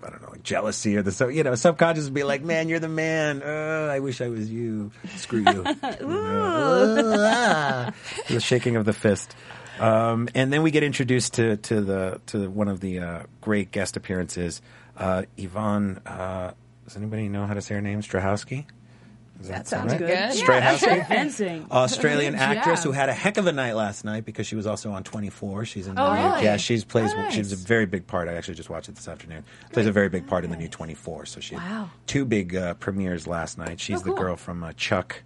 Speaker 2: I don't know, like jealousy or the so you know, subconscious would be like, "Man, you're the man. Uh, I wish I was you. Screw you." You know, ah. the shaking of the fist, um, and then we get introduced to to the to one of the uh, great guest appearances, uh, Yvonne. Uh, does anybody know how to say her name? Strahowski. Does
Speaker 3: That
Speaker 2: sound right?
Speaker 3: sounds
Speaker 2: Oh,
Speaker 3: good. Yeah,
Speaker 2: Strahowski.
Speaker 3: Fencing.
Speaker 2: Uh, Australian
Speaker 5: Yeah.
Speaker 2: actress who had a heck of a night last night because she was also on 24. She's in the
Speaker 5: Oh,
Speaker 2: new,
Speaker 5: really?
Speaker 2: yeah, she's plays she's a
Speaker 5: Nice.
Speaker 2: very big part. I actually just watched it this afternoon. Plays a very big part in the new 24. So she had
Speaker 4: Wow.
Speaker 2: two big uh, premieres last night. She's
Speaker 5: Oh,
Speaker 2: the
Speaker 5: cool.
Speaker 2: girl from uh, Chuck,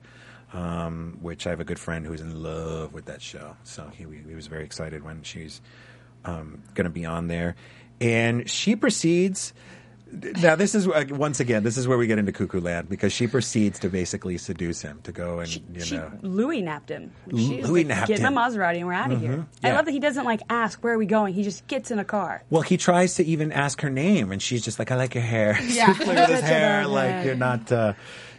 Speaker 2: um, which I have a good friend who's in love with that show. So he, he was very excited when she's um, going to be on there, and she proceeds. Now this is uh, once again this is where we get into cuckoo land because she proceeds to basically seduce him to go and you
Speaker 3: She
Speaker 2: know
Speaker 3: Louis napped him. She's
Speaker 2: Louis
Speaker 3: like,
Speaker 2: napped
Speaker 3: Get
Speaker 2: him. Mm-hmm.
Speaker 3: in the Maserati and we're out of here.
Speaker 2: Yeah.
Speaker 3: I love that he doesn't like ask where are we going. He just gets in a car.
Speaker 2: Well, he tries to even ask her name, and she's just like, "I like your hair."
Speaker 5: Yeah.
Speaker 2: Look at this hair. Like you're not. Uh,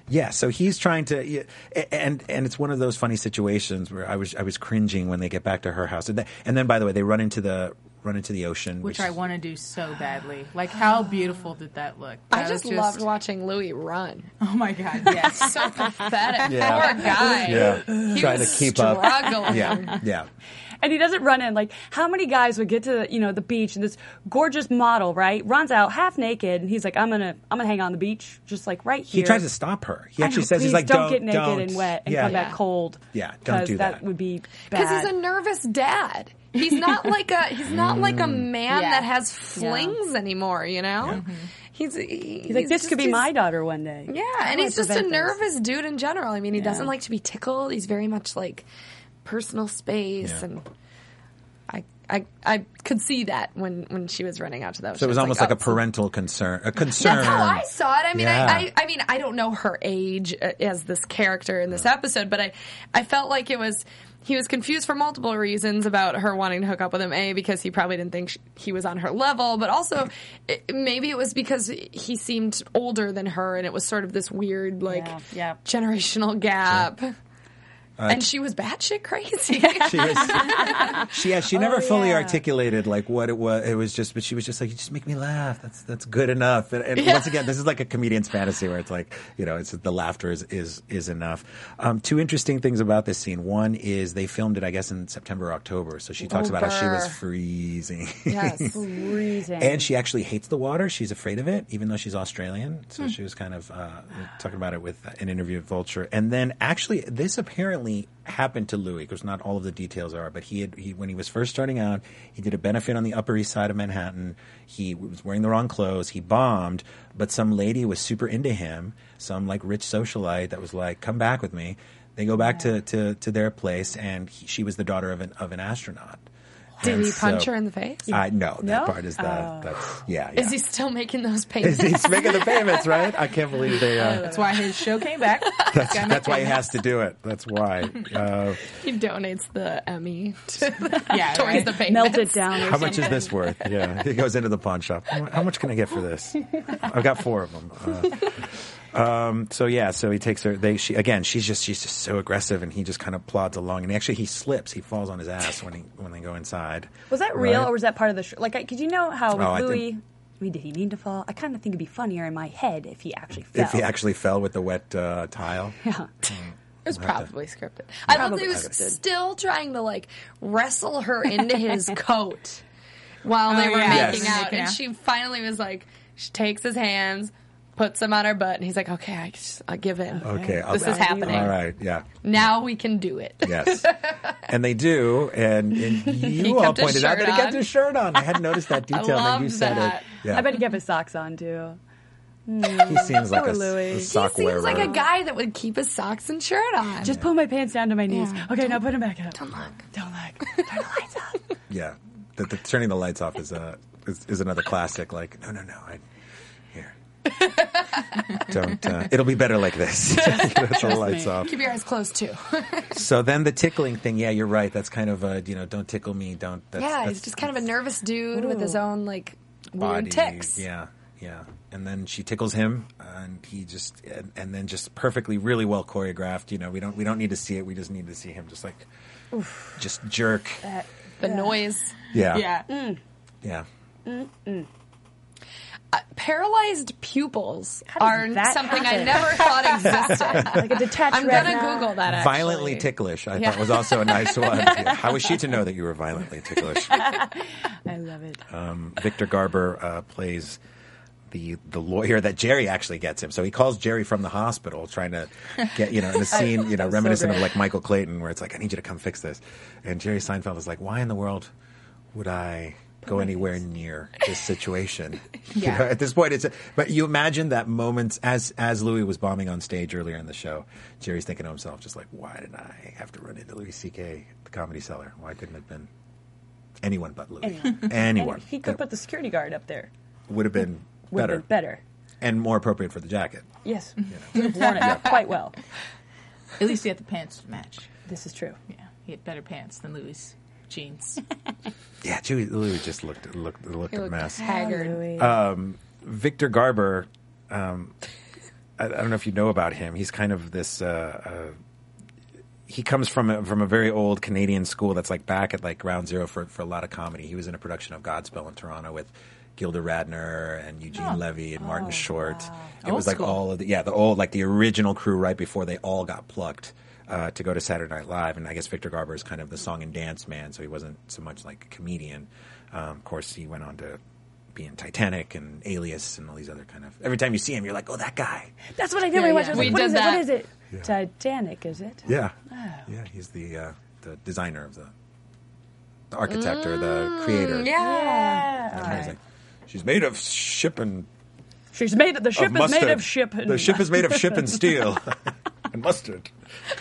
Speaker 2: yeah, so he's trying to, yeah, a- and and it's one of those funny situations where I was I was cringing when they get back to her house, and, th- and then by the way, they run into the run into the ocean,
Speaker 5: Which I want to do so badly. Like, how beautiful did that look?
Speaker 4: I
Speaker 5: That
Speaker 4: just,
Speaker 5: was
Speaker 4: loved watching Louis run.
Speaker 5: Oh my god, yes.
Speaker 4: So pathetic.
Speaker 2: Yeah.
Speaker 4: Poor guy.
Speaker 2: yeah,
Speaker 4: He
Speaker 2: trying to
Speaker 4: was
Speaker 2: keep
Speaker 4: struggling.
Speaker 2: up. Yeah, yeah.
Speaker 3: And he doesn't run in. Like, how many guys would get to, you know, the beach and this gorgeous model, right, runs out half naked and he's like, I'm gonna I'm gonna hang on the beach, just like right
Speaker 2: He
Speaker 3: here.
Speaker 2: tries to stop her. He
Speaker 3: I
Speaker 2: actually
Speaker 3: know,
Speaker 2: says he's
Speaker 3: please
Speaker 2: like,
Speaker 3: don't,
Speaker 2: "Don't
Speaker 3: get naked
Speaker 2: don't."
Speaker 3: and wet and
Speaker 2: yeah.
Speaker 3: come back cold.
Speaker 2: Yeah, don't
Speaker 3: 'cause
Speaker 2: do that.
Speaker 3: would be bad.
Speaker 4: Because he's a nervous dad. He's not like a he's not like a man
Speaker 5: Yeah.
Speaker 4: that has flings anymore, you know? He's, he's
Speaker 3: He's like, this
Speaker 4: just-
Speaker 3: could be
Speaker 4: he's-
Speaker 3: my daughter one day.
Speaker 4: Yeah,
Speaker 3: How
Speaker 4: and
Speaker 3: do I
Speaker 4: he's just a
Speaker 3: prevent this?
Speaker 4: nervous dude in general. I mean, he
Speaker 3: Yeah.
Speaker 4: doesn't like to be tickled. He's very much like personal space
Speaker 2: Yeah.
Speaker 4: and I I I could see that when when she was running out to that.
Speaker 2: So it was almost like a parental concern. A concern.
Speaker 4: That's how I saw it. I mean,
Speaker 2: Yeah.
Speaker 4: I, I, I mean, I don't know her age uh, as this character in this episode, but I, I felt like it was. He was confused for multiple reasons about her wanting to hook up with him. A because he probably didn't think sh he was on her level, but also it, maybe it was because he seemed older than her, and it was sort of this weird like
Speaker 3: Yeah, yeah.
Speaker 4: generational gap. and she was batshit crazy.
Speaker 2: she was, she, yeah, she
Speaker 4: Oh,
Speaker 2: never fully
Speaker 3: yeah.
Speaker 2: articulated like what it was. It was just, but she was just like, you just make me laugh. That's that's good enough. And, and
Speaker 4: Yeah.
Speaker 2: once again, this is like a comedian's fantasy where it's like, you know, it's the laughter is is is enough. Um, two interesting things about this scene. One is they filmed it, I guess, in September or October. So she talks about how she was
Speaker 4: October.
Speaker 2: freezing.
Speaker 4: yes.
Speaker 3: Freezing.
Speaker 2: And she actually hates the water. She's afraid of it, even though she's Australian. So she was kind of uh, talking about it with uh, an interview with Vulture. And then actually, this apparently happened to Louis because not all of the details are. But he had he, when he was first starting out, he did a benefit on the Upper East Side of Manhattan. He was wearing the wrong clothes. He bombed, but some lady was super into him. Some like rich socialite that was like, "Come back with me." They go back to, to, to their place, and he, she was the daughter of an of an astronaut.
Speaker 4: Did
Speaker 2: And
Speaker 4: he punch
Speaker 2: so-
Speaker 4: her in the face?
Speaker 2: I no, that
Speaker 3: No?
Speaker 2: part is the
Speaker 3: Oh.
Speaker 2: that's yeah. yeah.
Speaker 4: Is he still making
Speaker 2: He's-
Speaker 4: those payments?
Speaker 2: He's making the payments, right? I can't believe they. Uh,
Speaker 5: That's why his show came back.
Speaker 2: that's, that's why he has to do it. That's why. Uh,
Speaker 4: He donates the Emmy to
Speaker 5: Yeah,
Speaker 4: towards
Speaker 5: right.
Speaker 4: the payments.
Speaker 3: Melt it down.
Speaker 2: how much is this worth? Yeah, he goes into the pawn shop. How mu- how much can I get for this? I've got four of them. Uh, um, so yeah, so he takes her. They she again. She's just she's just so aggressive, and he just kind of plods along. And actually, he slips. He falls on his ass when he when they go inside.
Speaker 3: Was that real
Speaker 2: Right?
Speaker 3: or was that part of the show? Like, I- could you know how with
Speaker 2: Oh, I
Speaker 3: Louis?
Speaker 2: think-
Speaker 3: I mean, did he mean to fall? I kind of think it'd be funnier in my head if he actually fell.
Speaker 2: if he actually fell with the wet uh, tile? Mm,
Speaker 4: It was probably scripted. I love that he
Speaker 3: Probably
Speaker 4: was
Speaker 3: scripted.
Speaker 4: still trying to like wrestle her into his coat while they
Speaker 5: Oh,
Speaker 4: were
Speaker 5: yeah.
Speaker 4: making
Speaker 2: Yes.
Speaker 4: out,
Speaker 5: Yeah.
Speaker 4: and she finally was like, she takes his hands, puts him on her butt, and he's like, "Okay, I, just- I'll give in.
Speaker 2: Okay,
Speaker 4: this
Speaker 2: I'll-
Speaker 4: is happening.
Speaker 2: All right, yeah.
Speaker 4: Now we can do it."
Speaker 2: Yes. and they do. And, and you all
Speaker 4: kept his
Speaker 2: pointed out that
Speaker 4: shirt
Speaker 2: he kept
Speaker 4: on.
Speaker 2: his shirt on. I hadn't noticed that detail. and then you
Speaker 4: love
Speaker 2: said
Speaker 4: that.
Speaker 2: it. Yeah.
Speaker 3: I bet he kept his socks on too.
Speaker 2: he seems like a,
Speaker 3: Poor Louis.
Speaker 2: a
Speaker 3: He
Speaker 2: sock
Speaker 4: he
Speaker 2: wearer.
Speaker 4: seems like a guy that would keep his socks and shirt on.
Speaker 3: Just pull my pants down to my knees.
Speaker 4: Yeah.
Speaker 3: Okay, now put them back up.
Speaker 4: Don't look.
Speaker 3: Don't look. Turn the lights up.
Speaker 2: Yeah. The, the, turning the lights off is, uh, is, is another classic. Like, no, no, no. I, here. Don't. Uh, it'll be better like this. That's all lights off.
Speaker 4: keep your eyes closed too.
Speaker 2: So then the tickling thing. Yeah, you're right. That's kind of a you know, don't tickle me. Don't. That's,
Speaker 4: yeah,
Speaker 2: that's
Speaker 4: he's just kind of a nervous dude with his
Speaker 3: Ooh.
Speaker 4: own like
Speaker 2: body.
Speaker 4: weird ticks.
Speaker 2: Yeah, yeah. And then she tickles him, and he just and, and then just perfectly, really well choreographed. You know, we don't we don't need to see it. We just need to see him just like just jerk.
Speaker 4: Uh, The noise.
Speaker 2: Yeah,
Speaker 5: Yeah.
Speaker 2: yeah.
Speaker 4: Uh, Paralyzed pupils
Speaker 3: does
Speaker 4: are
Speaker 3: that
Speaker 4: something I
Speaker 3: happen?
Speaker 4: never thought existed.
Speaker 3: Like a detached
Speaker 4: I'm gonna
Speaker 3: retina.
Speaker 4: Google that. Actually.
Speaker 2: Violently ticklish, I
Speaker 4: Yeah.
Speaker 2: thought was also a nice one. Yeah. How was she to know that you were violently ticklish?
Speaker 3: I love it.
Speaker 2: Um, Victor Garber uh, plays the the lawyer that Jerry actually gets him. So he calls Jerry from the hospital, trying to get you know in a scene you know
Speaker 3: so
Speaker 2: reminiscent of
Speaker 3: great.
Speaker 2: like Michael Clayton, where it's like I need you to come fix this, and Jerry Seinfeld is like, why in the world would I? Go anywhere near this situation. You
Speaker 5: Yeah.
Speaker 2: know, at this point, it's. A, but you imagine that moments as as Louis was bombing on stage earlier in the show, Jerry's thinking to himself, just like, why did I have to run into Louis C.K. at the Comedy Cellar? Why couldn't it have been anyone but Louis? Anyone.
Speaker 3: And he could
Speaker 2: That-
Speaker 3: put the security guard up there.
Speaker 2: would have been
Speaker 3: Would
Speaker 2: better,
Speaker 3: have been better.
Speaker 2: and more appropriate for the jacket.
Speaker 3: Yes. Would have worn it quite well.
Speaker 5: At least he had the pants to match.
Speaker 3: This is true.
Speaker 5: Yeah. He had better pants than Louis' jeans.
Speaker 2: Yeah, Chewy Louis just looked looked looked
Speaker 4: He
Speaker 2: a
Speaker 4: looked
Speaker 2: mess.
Speaker 4: haggard.
Speaker 3: Louis.
Speaker 2: Uh, Victor Garber, um, I, I don't know if you know about him. He's kind of this. Uh, uh, he comes from a, from a very old Canadian school that's like back at like ground zero for for a lot of comedy. He was in a production of Godspell in Toronto with Gilda Radner and Eugene Levy and Martin Short. It
Speaker 5: Oh. Old
Speaker 2: was like
Speaker 5: school.
Speaker 2: all of the yeah the old like the original crew right before they all got plucked. Uh, to go to Saturday Night Live, and I guess Victor Garber is kind of the song and dance man, so he wasn't so much like a comedian. Um, of course, he went on to be in Titanic and Alias and all these other kind of. Every time you see him, you're like, oh, that guy.
Speaker 3: That's what I did when
Speaker 4: yeah,
Speaker 3: I watched it. I was
Speaker 4: we
Speaker 3: like, what
Speaker 4: did
Speaker 3: is
Speaker 4: that.
Speaker 3: it? What is it? Titanic, is it?
Speaker 2: Yeah.
Speaker 3: Oh.
Speaker 2: Yeah, he's the uh, the designer of the the architect or
Speaker 3: Mm,
Speaker 2: the creator.
Speaker 4: Yeah.
Speaker 2: And he's like, She's made of ship and
Speaker 3: She's made the ship
Speaker 2: of
Speaker 3: is
Speaker 2: mustard.
Speaker 3: made of ship. And
Speaker 2: Uh, the ship is made of ship and steel and mustard.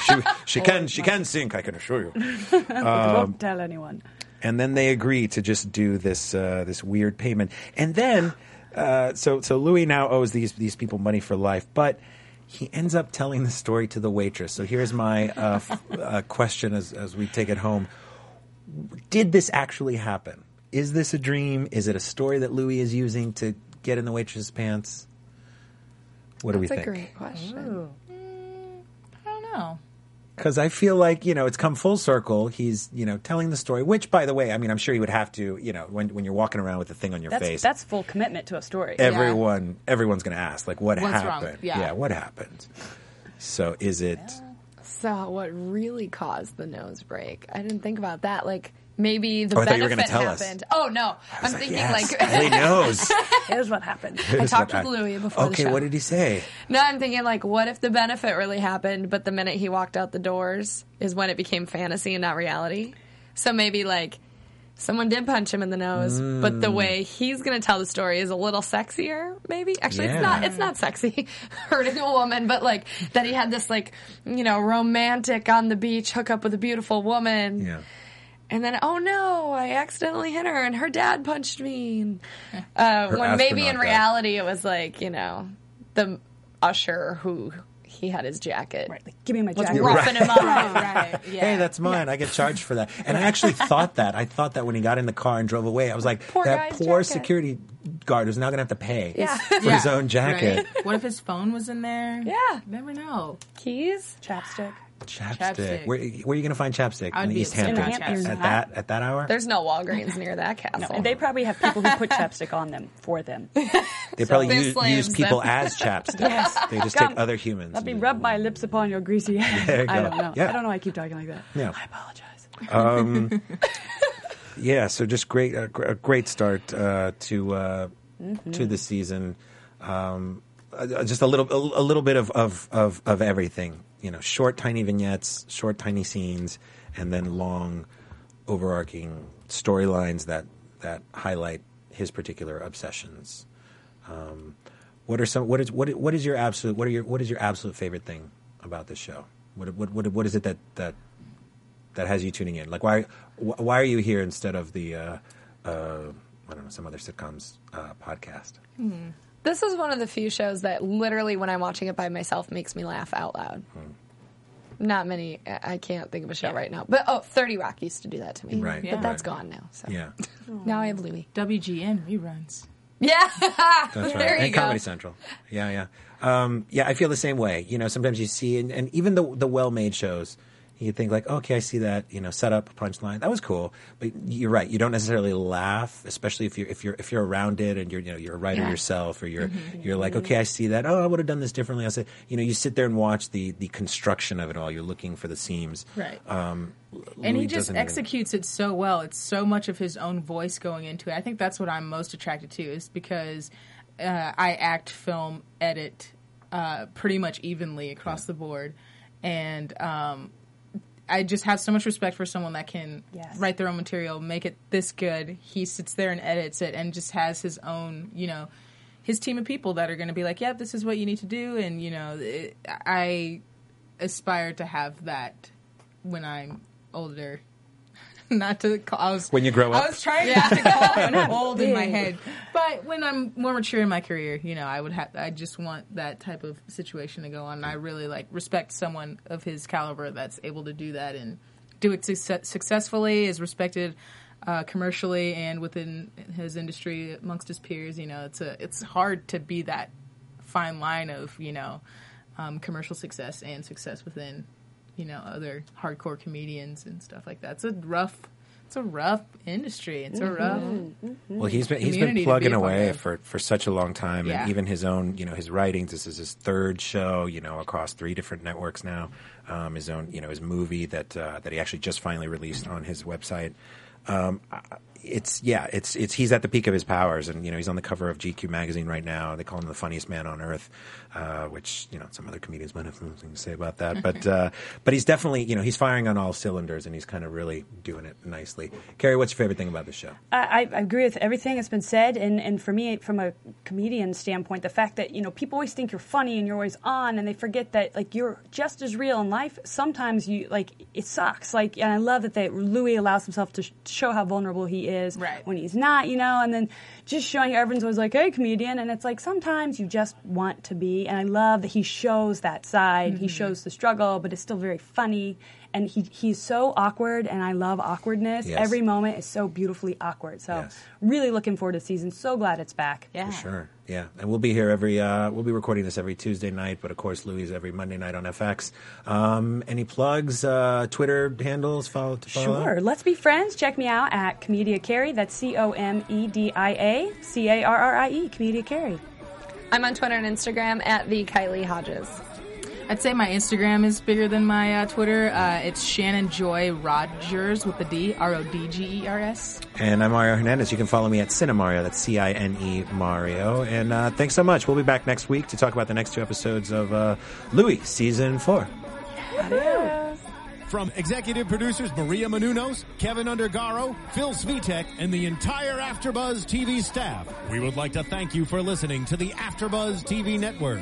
Speaker 2: She she can she can sink. I can assure you. um,
Speaker 3: Don't tell anyone.
Speaker 2: and then they agree to just do this uh, this weird payment. And then, uh, so so Louis now owes these these people money for life, but he ends up telling the story to the waitress. So here's my uh, f- uh, question as as we take it home: Did this actually happen? Is this a dream? Is it a story that Louis is using to get in the waitress's pants? What do
Speaker 4: That's
Speaker 2: we
Speaker 4: a
Speaker 2: think?
Speaker 4: great question.
Speaker 5: I don't know.
Speaker 2: because I feel like you know it's come full circle. He's you know telling the story, which by the way, I mean I'm sure he would have to you know when when you're walking around with a thing on your
Speaker 3: That's
Speaker 2: face,
Speaker 3: that's full commitment to a story.
Speaker 2: everyone everyone's going to ask like what
Speaker 5: What's wrong?
Speaker 2: happened?
Speaker 5: Yeah.
Speaker 2: what happened? So is it?
Speaker 4: So, what really caused the nose break? I didn't think about that. Like, maybe the
Speaker 2: Oh, I thought you were
Speaker 4: benefit
Speaker 2: gonna tell us.
Speaker 4: happened. Oh no,
Speaker 2: I was
Speaker 4: I'm thinking
Speaker 2: yes,
Speaker 4: like
Speaker 2: Ellie knows.
Speaker 3: Here's what happened.
Speaker 4: I
Speaker 2: Here's
Speaker 4: talked
Speaker 2: what
Speaker 4: with Louis before the
Speaker 2: Okay,
Speaker 4: show.
Speaker 2: what did he say?
Speaker 4: no, I'm thinking like, what if the benefit really happened, but the minute he walked out the doors is when it became fantasy and not reality. So maybe like. Someone did punch him in the nose, but the
Speaker 2: Mm.
Speaker 4: way he's going to tell the story is a little sexier, maybe. Actually,
Speaker 2: Yeah.
Speaker 4: it's not. It's not sexy, hurting a woman, but like that he had this like, you know, romantic on the beach hookup with a beautiful woman.
Speaker 2: Yeah,
Speaker 4: And then, oh no, I accidentally hit her and her dad punched me. And, uh, when maybe
Speaker 2: astronaut
Speaker 4: in
Speaker 2: dad.
Speaker 4: reality it was like, you know, the usher who he had his jacket.
Speaker 3: Right, like, give me my
Speaker 4: Was
Speaker 3: jacket.
Speaker 4: roughing him up.
Speaker 5: Oh, right. Yeah.
Speaker 2: hey, that's mine. I get charged for that. And I actually thought that. I thought that when he got in the car and drove away, I was like,
Speaker 4: Poor
Speaker 2: that
Speaker 4: guy's
Speaker 2: poor
Speaker 4: jacket.
Speaker 2: security guard who's now going to have to pay
Speaker 4: Yeah.
Speaker 2: for his
Speaker 5: Yeah.
Speaker 2: own jacket.
Speaker 5: Right? What if his phone was in there?
Speaker 4: Yeah.
Speaker 5: Never know.
Speaker 4: Keys?
Speaker 3: Chapstick.
Speaker 2: Chapstick.
Speaker 5: Chapstick.
Speaker 2: Where, where are you going to find chapstick
Speaker 5: I'd
Speaker 2: in the
Speaker 5: be
Speaker 2: East
Speaker 5: upset
Speaker 2: Hampton
Speaker 3: about chapstick.
Speaker 2: at that at that hour?
Speaker 4: There's no Walgreens near that castle.
Speaker 3: And they probably have people who put chapstick on them for them.
Speaker 2: they probably
Speaker 4: They're
Speaker 2: use,
Speaker 4: slaves
Speaker 2: use people
Speaker 4: then.
Speaker 2: as chapstick.
Speaker 3: Yes.
Speaker 2: They just
Speaker 3: Come.
Speaker 2: take other humans.
Speaker 3: Let me
Speaker 2: and-
Speaker 3: rub my lips upon your greasy
Speaker 2: There you
Speaker 3: head. I
Speaker 2: go.
Speaker 3: don't know.
Speaker 2: Yeah.
Speaker 3: I don't know why I keep talking like that.
Speaker 2: Yeah.
Speaker 3: I apologize.
Speaker 2: Yeah, so just great, uh, gr- a great start uh, to uh, to the season. Um, uh, just a little a little bit of, of of of everything. You know, short tiny vignettes, short tiny scenes, and then long overarching storylines that that highlight his particular obsessions. Um, what are some what is what what is your absolute what are your what is your absolute favorite thing about this show? What what what, what is it that that that has you tuning in? Like why wh- why are you here instead of the uh, uh, I don't know some other sitcoms uh, podcast?
Speaker 4: This is one of the few shows that literally, when I'm watching it by myself, makes me laugh out loud.
Speaker 2: Hmm.
Speaker 4: Not many. I I can't think of a show right now. But oh, 30 Rock used to do that to me.
Speaker 2: Right,
Speaker 4: But that's
Speaker 2: right.
Speaker 4: gone now. So
Speaker 2: Yeah,
Speaker 4: now I have Louis.
Speaker 5: WGN reruns.
Speaker 4: Yeah.
Speaker 2: that's
Speaker 4: there
Speaker 2: right.
Speaker 4: you
Speaker 2: And
Speaker 4: go.
Speaker 2: Comedy Central. Yeah, yeah, um, yeah. I feel the same way. You know, sometimes you see and, and even the the well made shows. You think like, okay, I see that. You know, set up punchline. That was cool, but you're right. You don't necessarily laugh, especially if you're if you're if you're around it and you're you know you're a writer
Speaker 4: Yeah. Mm-hmm.
Speaker 2: yourself or you're you're like, okay, I see that. Oh, I would have done this differently. I said, you know, you sit there and watch the the construction of it all. You're looking for the seams,
Speaker 5: Right.
Speaker 2: Um,
Speaker 5: and
Speaker 2: Louis
Speaker 5: he just
Speaker 2: doesn't even-
Speaker 5: executes it so well. It's so much of his own voice going into it. I think that's what I'm most attracted to is because uh, I act, film, edit uh, pretty much evenly across the board, and um, I just have so much respect for someone that can
Speaker 3: Yes.
Speaker 5: write their own material, make it this good. He sits there and edits it, and just has his own, you know, his team of people that are going to be like, "Yep, this is what you need to do," and you know, it, I aspire to have that when I'm older. Not to call, I was
Speaker 2: When you grow up.
Speaker 5: I was trying not to call I'm old in my head, but when I'm more mature in my career, you know, I would have. I just want that type of situation to go on. And I really like respect someone of his caliber that's able to do that and do it success successfully, is respected uh, commercially and within his industry amongst his peers. You know, it's a it's hard to be that fine line of you know um, commercial success and success within you know other hardcore comedians and stuff like that. It's a rough, it's a rough industry. It's a rough.
Speaker 2: Well, he's been he's been
Speaker 5: community to
Speaker 2: plugging
Speaker 5: be a part
Speaker 2: away
Speaker 5: of.
Speaker 2: for, for such a long time,
Speaker 5: Yeah.
Speaker 2: and even his own you know his writings. This is his third show, you know, across three different networks now. Um, his own you know his movie that uh, that he actually just finally released on his website. Um, I- it's yeah, it's it's he's at the peak of his powers, and you know he's on the cover of GQ magazine right now. They call him the funniest man on earth, uh, which you know some other comedians might have something to say about that. But uh, but he's definitely you know he's firing on all cylinders, and he's kind of really doing it nicely. Carrie, what's your favorite thing about the show?
Speaker 3: I, I agree with everything that's been said, and, and for me, from a comedian standpoint, the fact that you know people always think you're funny and you're always on, and they forget that like you're just as real in life. Sometimes you like it sucks. Like, and I love that they Louis allows himself to sh- show how vulnerable he is
Speaker 5: Right.
Speaker 3: when he's not, you know, and then just showing everyone's always like, hey, comedian, and it's like sometimes you just want to be, and I love that he shows that side.
Speaker 2: Mm-hmm.
Speaker 3: He shows the struggle, but it's still very funny. And he, he's so awkward, and I love awkwardness.
Speaker 2: Yes.
Speaker 3: Every moment is so beautifully awkward. So
Speaker 2: Yes.
Speaker 3: really looking forward to season. So glad it's back.
Speaker 5: Yeah.
Speaker 2: For sure. Yeah. And we'll be here every, uh, we'll be recording this every Tuesday night, but of course, Louis is every Monday night on FX. Um, any plugs, uh, Twitter handles, follow to follow?
Speaker 3: Sure. Let's be friends. Check me out at Comedia Carey. That's C O M E D I A C A R R I E. Comedia Carey.
Speaker 4: I'm on Twitter and Instagram at the Kylie Hodges.
Speaker 5: I'd say my Instagram is bigger than my uh, Twitter. Uh, it's Shannon Joy Rogers with a D, R O D G E R S.
Speaker 2: And I'm Mario Hernandez. You can follow me at Cinemario. That's C I N E Mario. And, uh, thanks so much. We'll be back next week to talk about the next two episodes of, uh, Louis season four.
Speaker 1: From executive producers Maria Manunos, Kevin Undergaro, Phil Svitek, and the entire Afterbuzz TV staff, we would like to thank you for listening to the Afterbuzz TV network.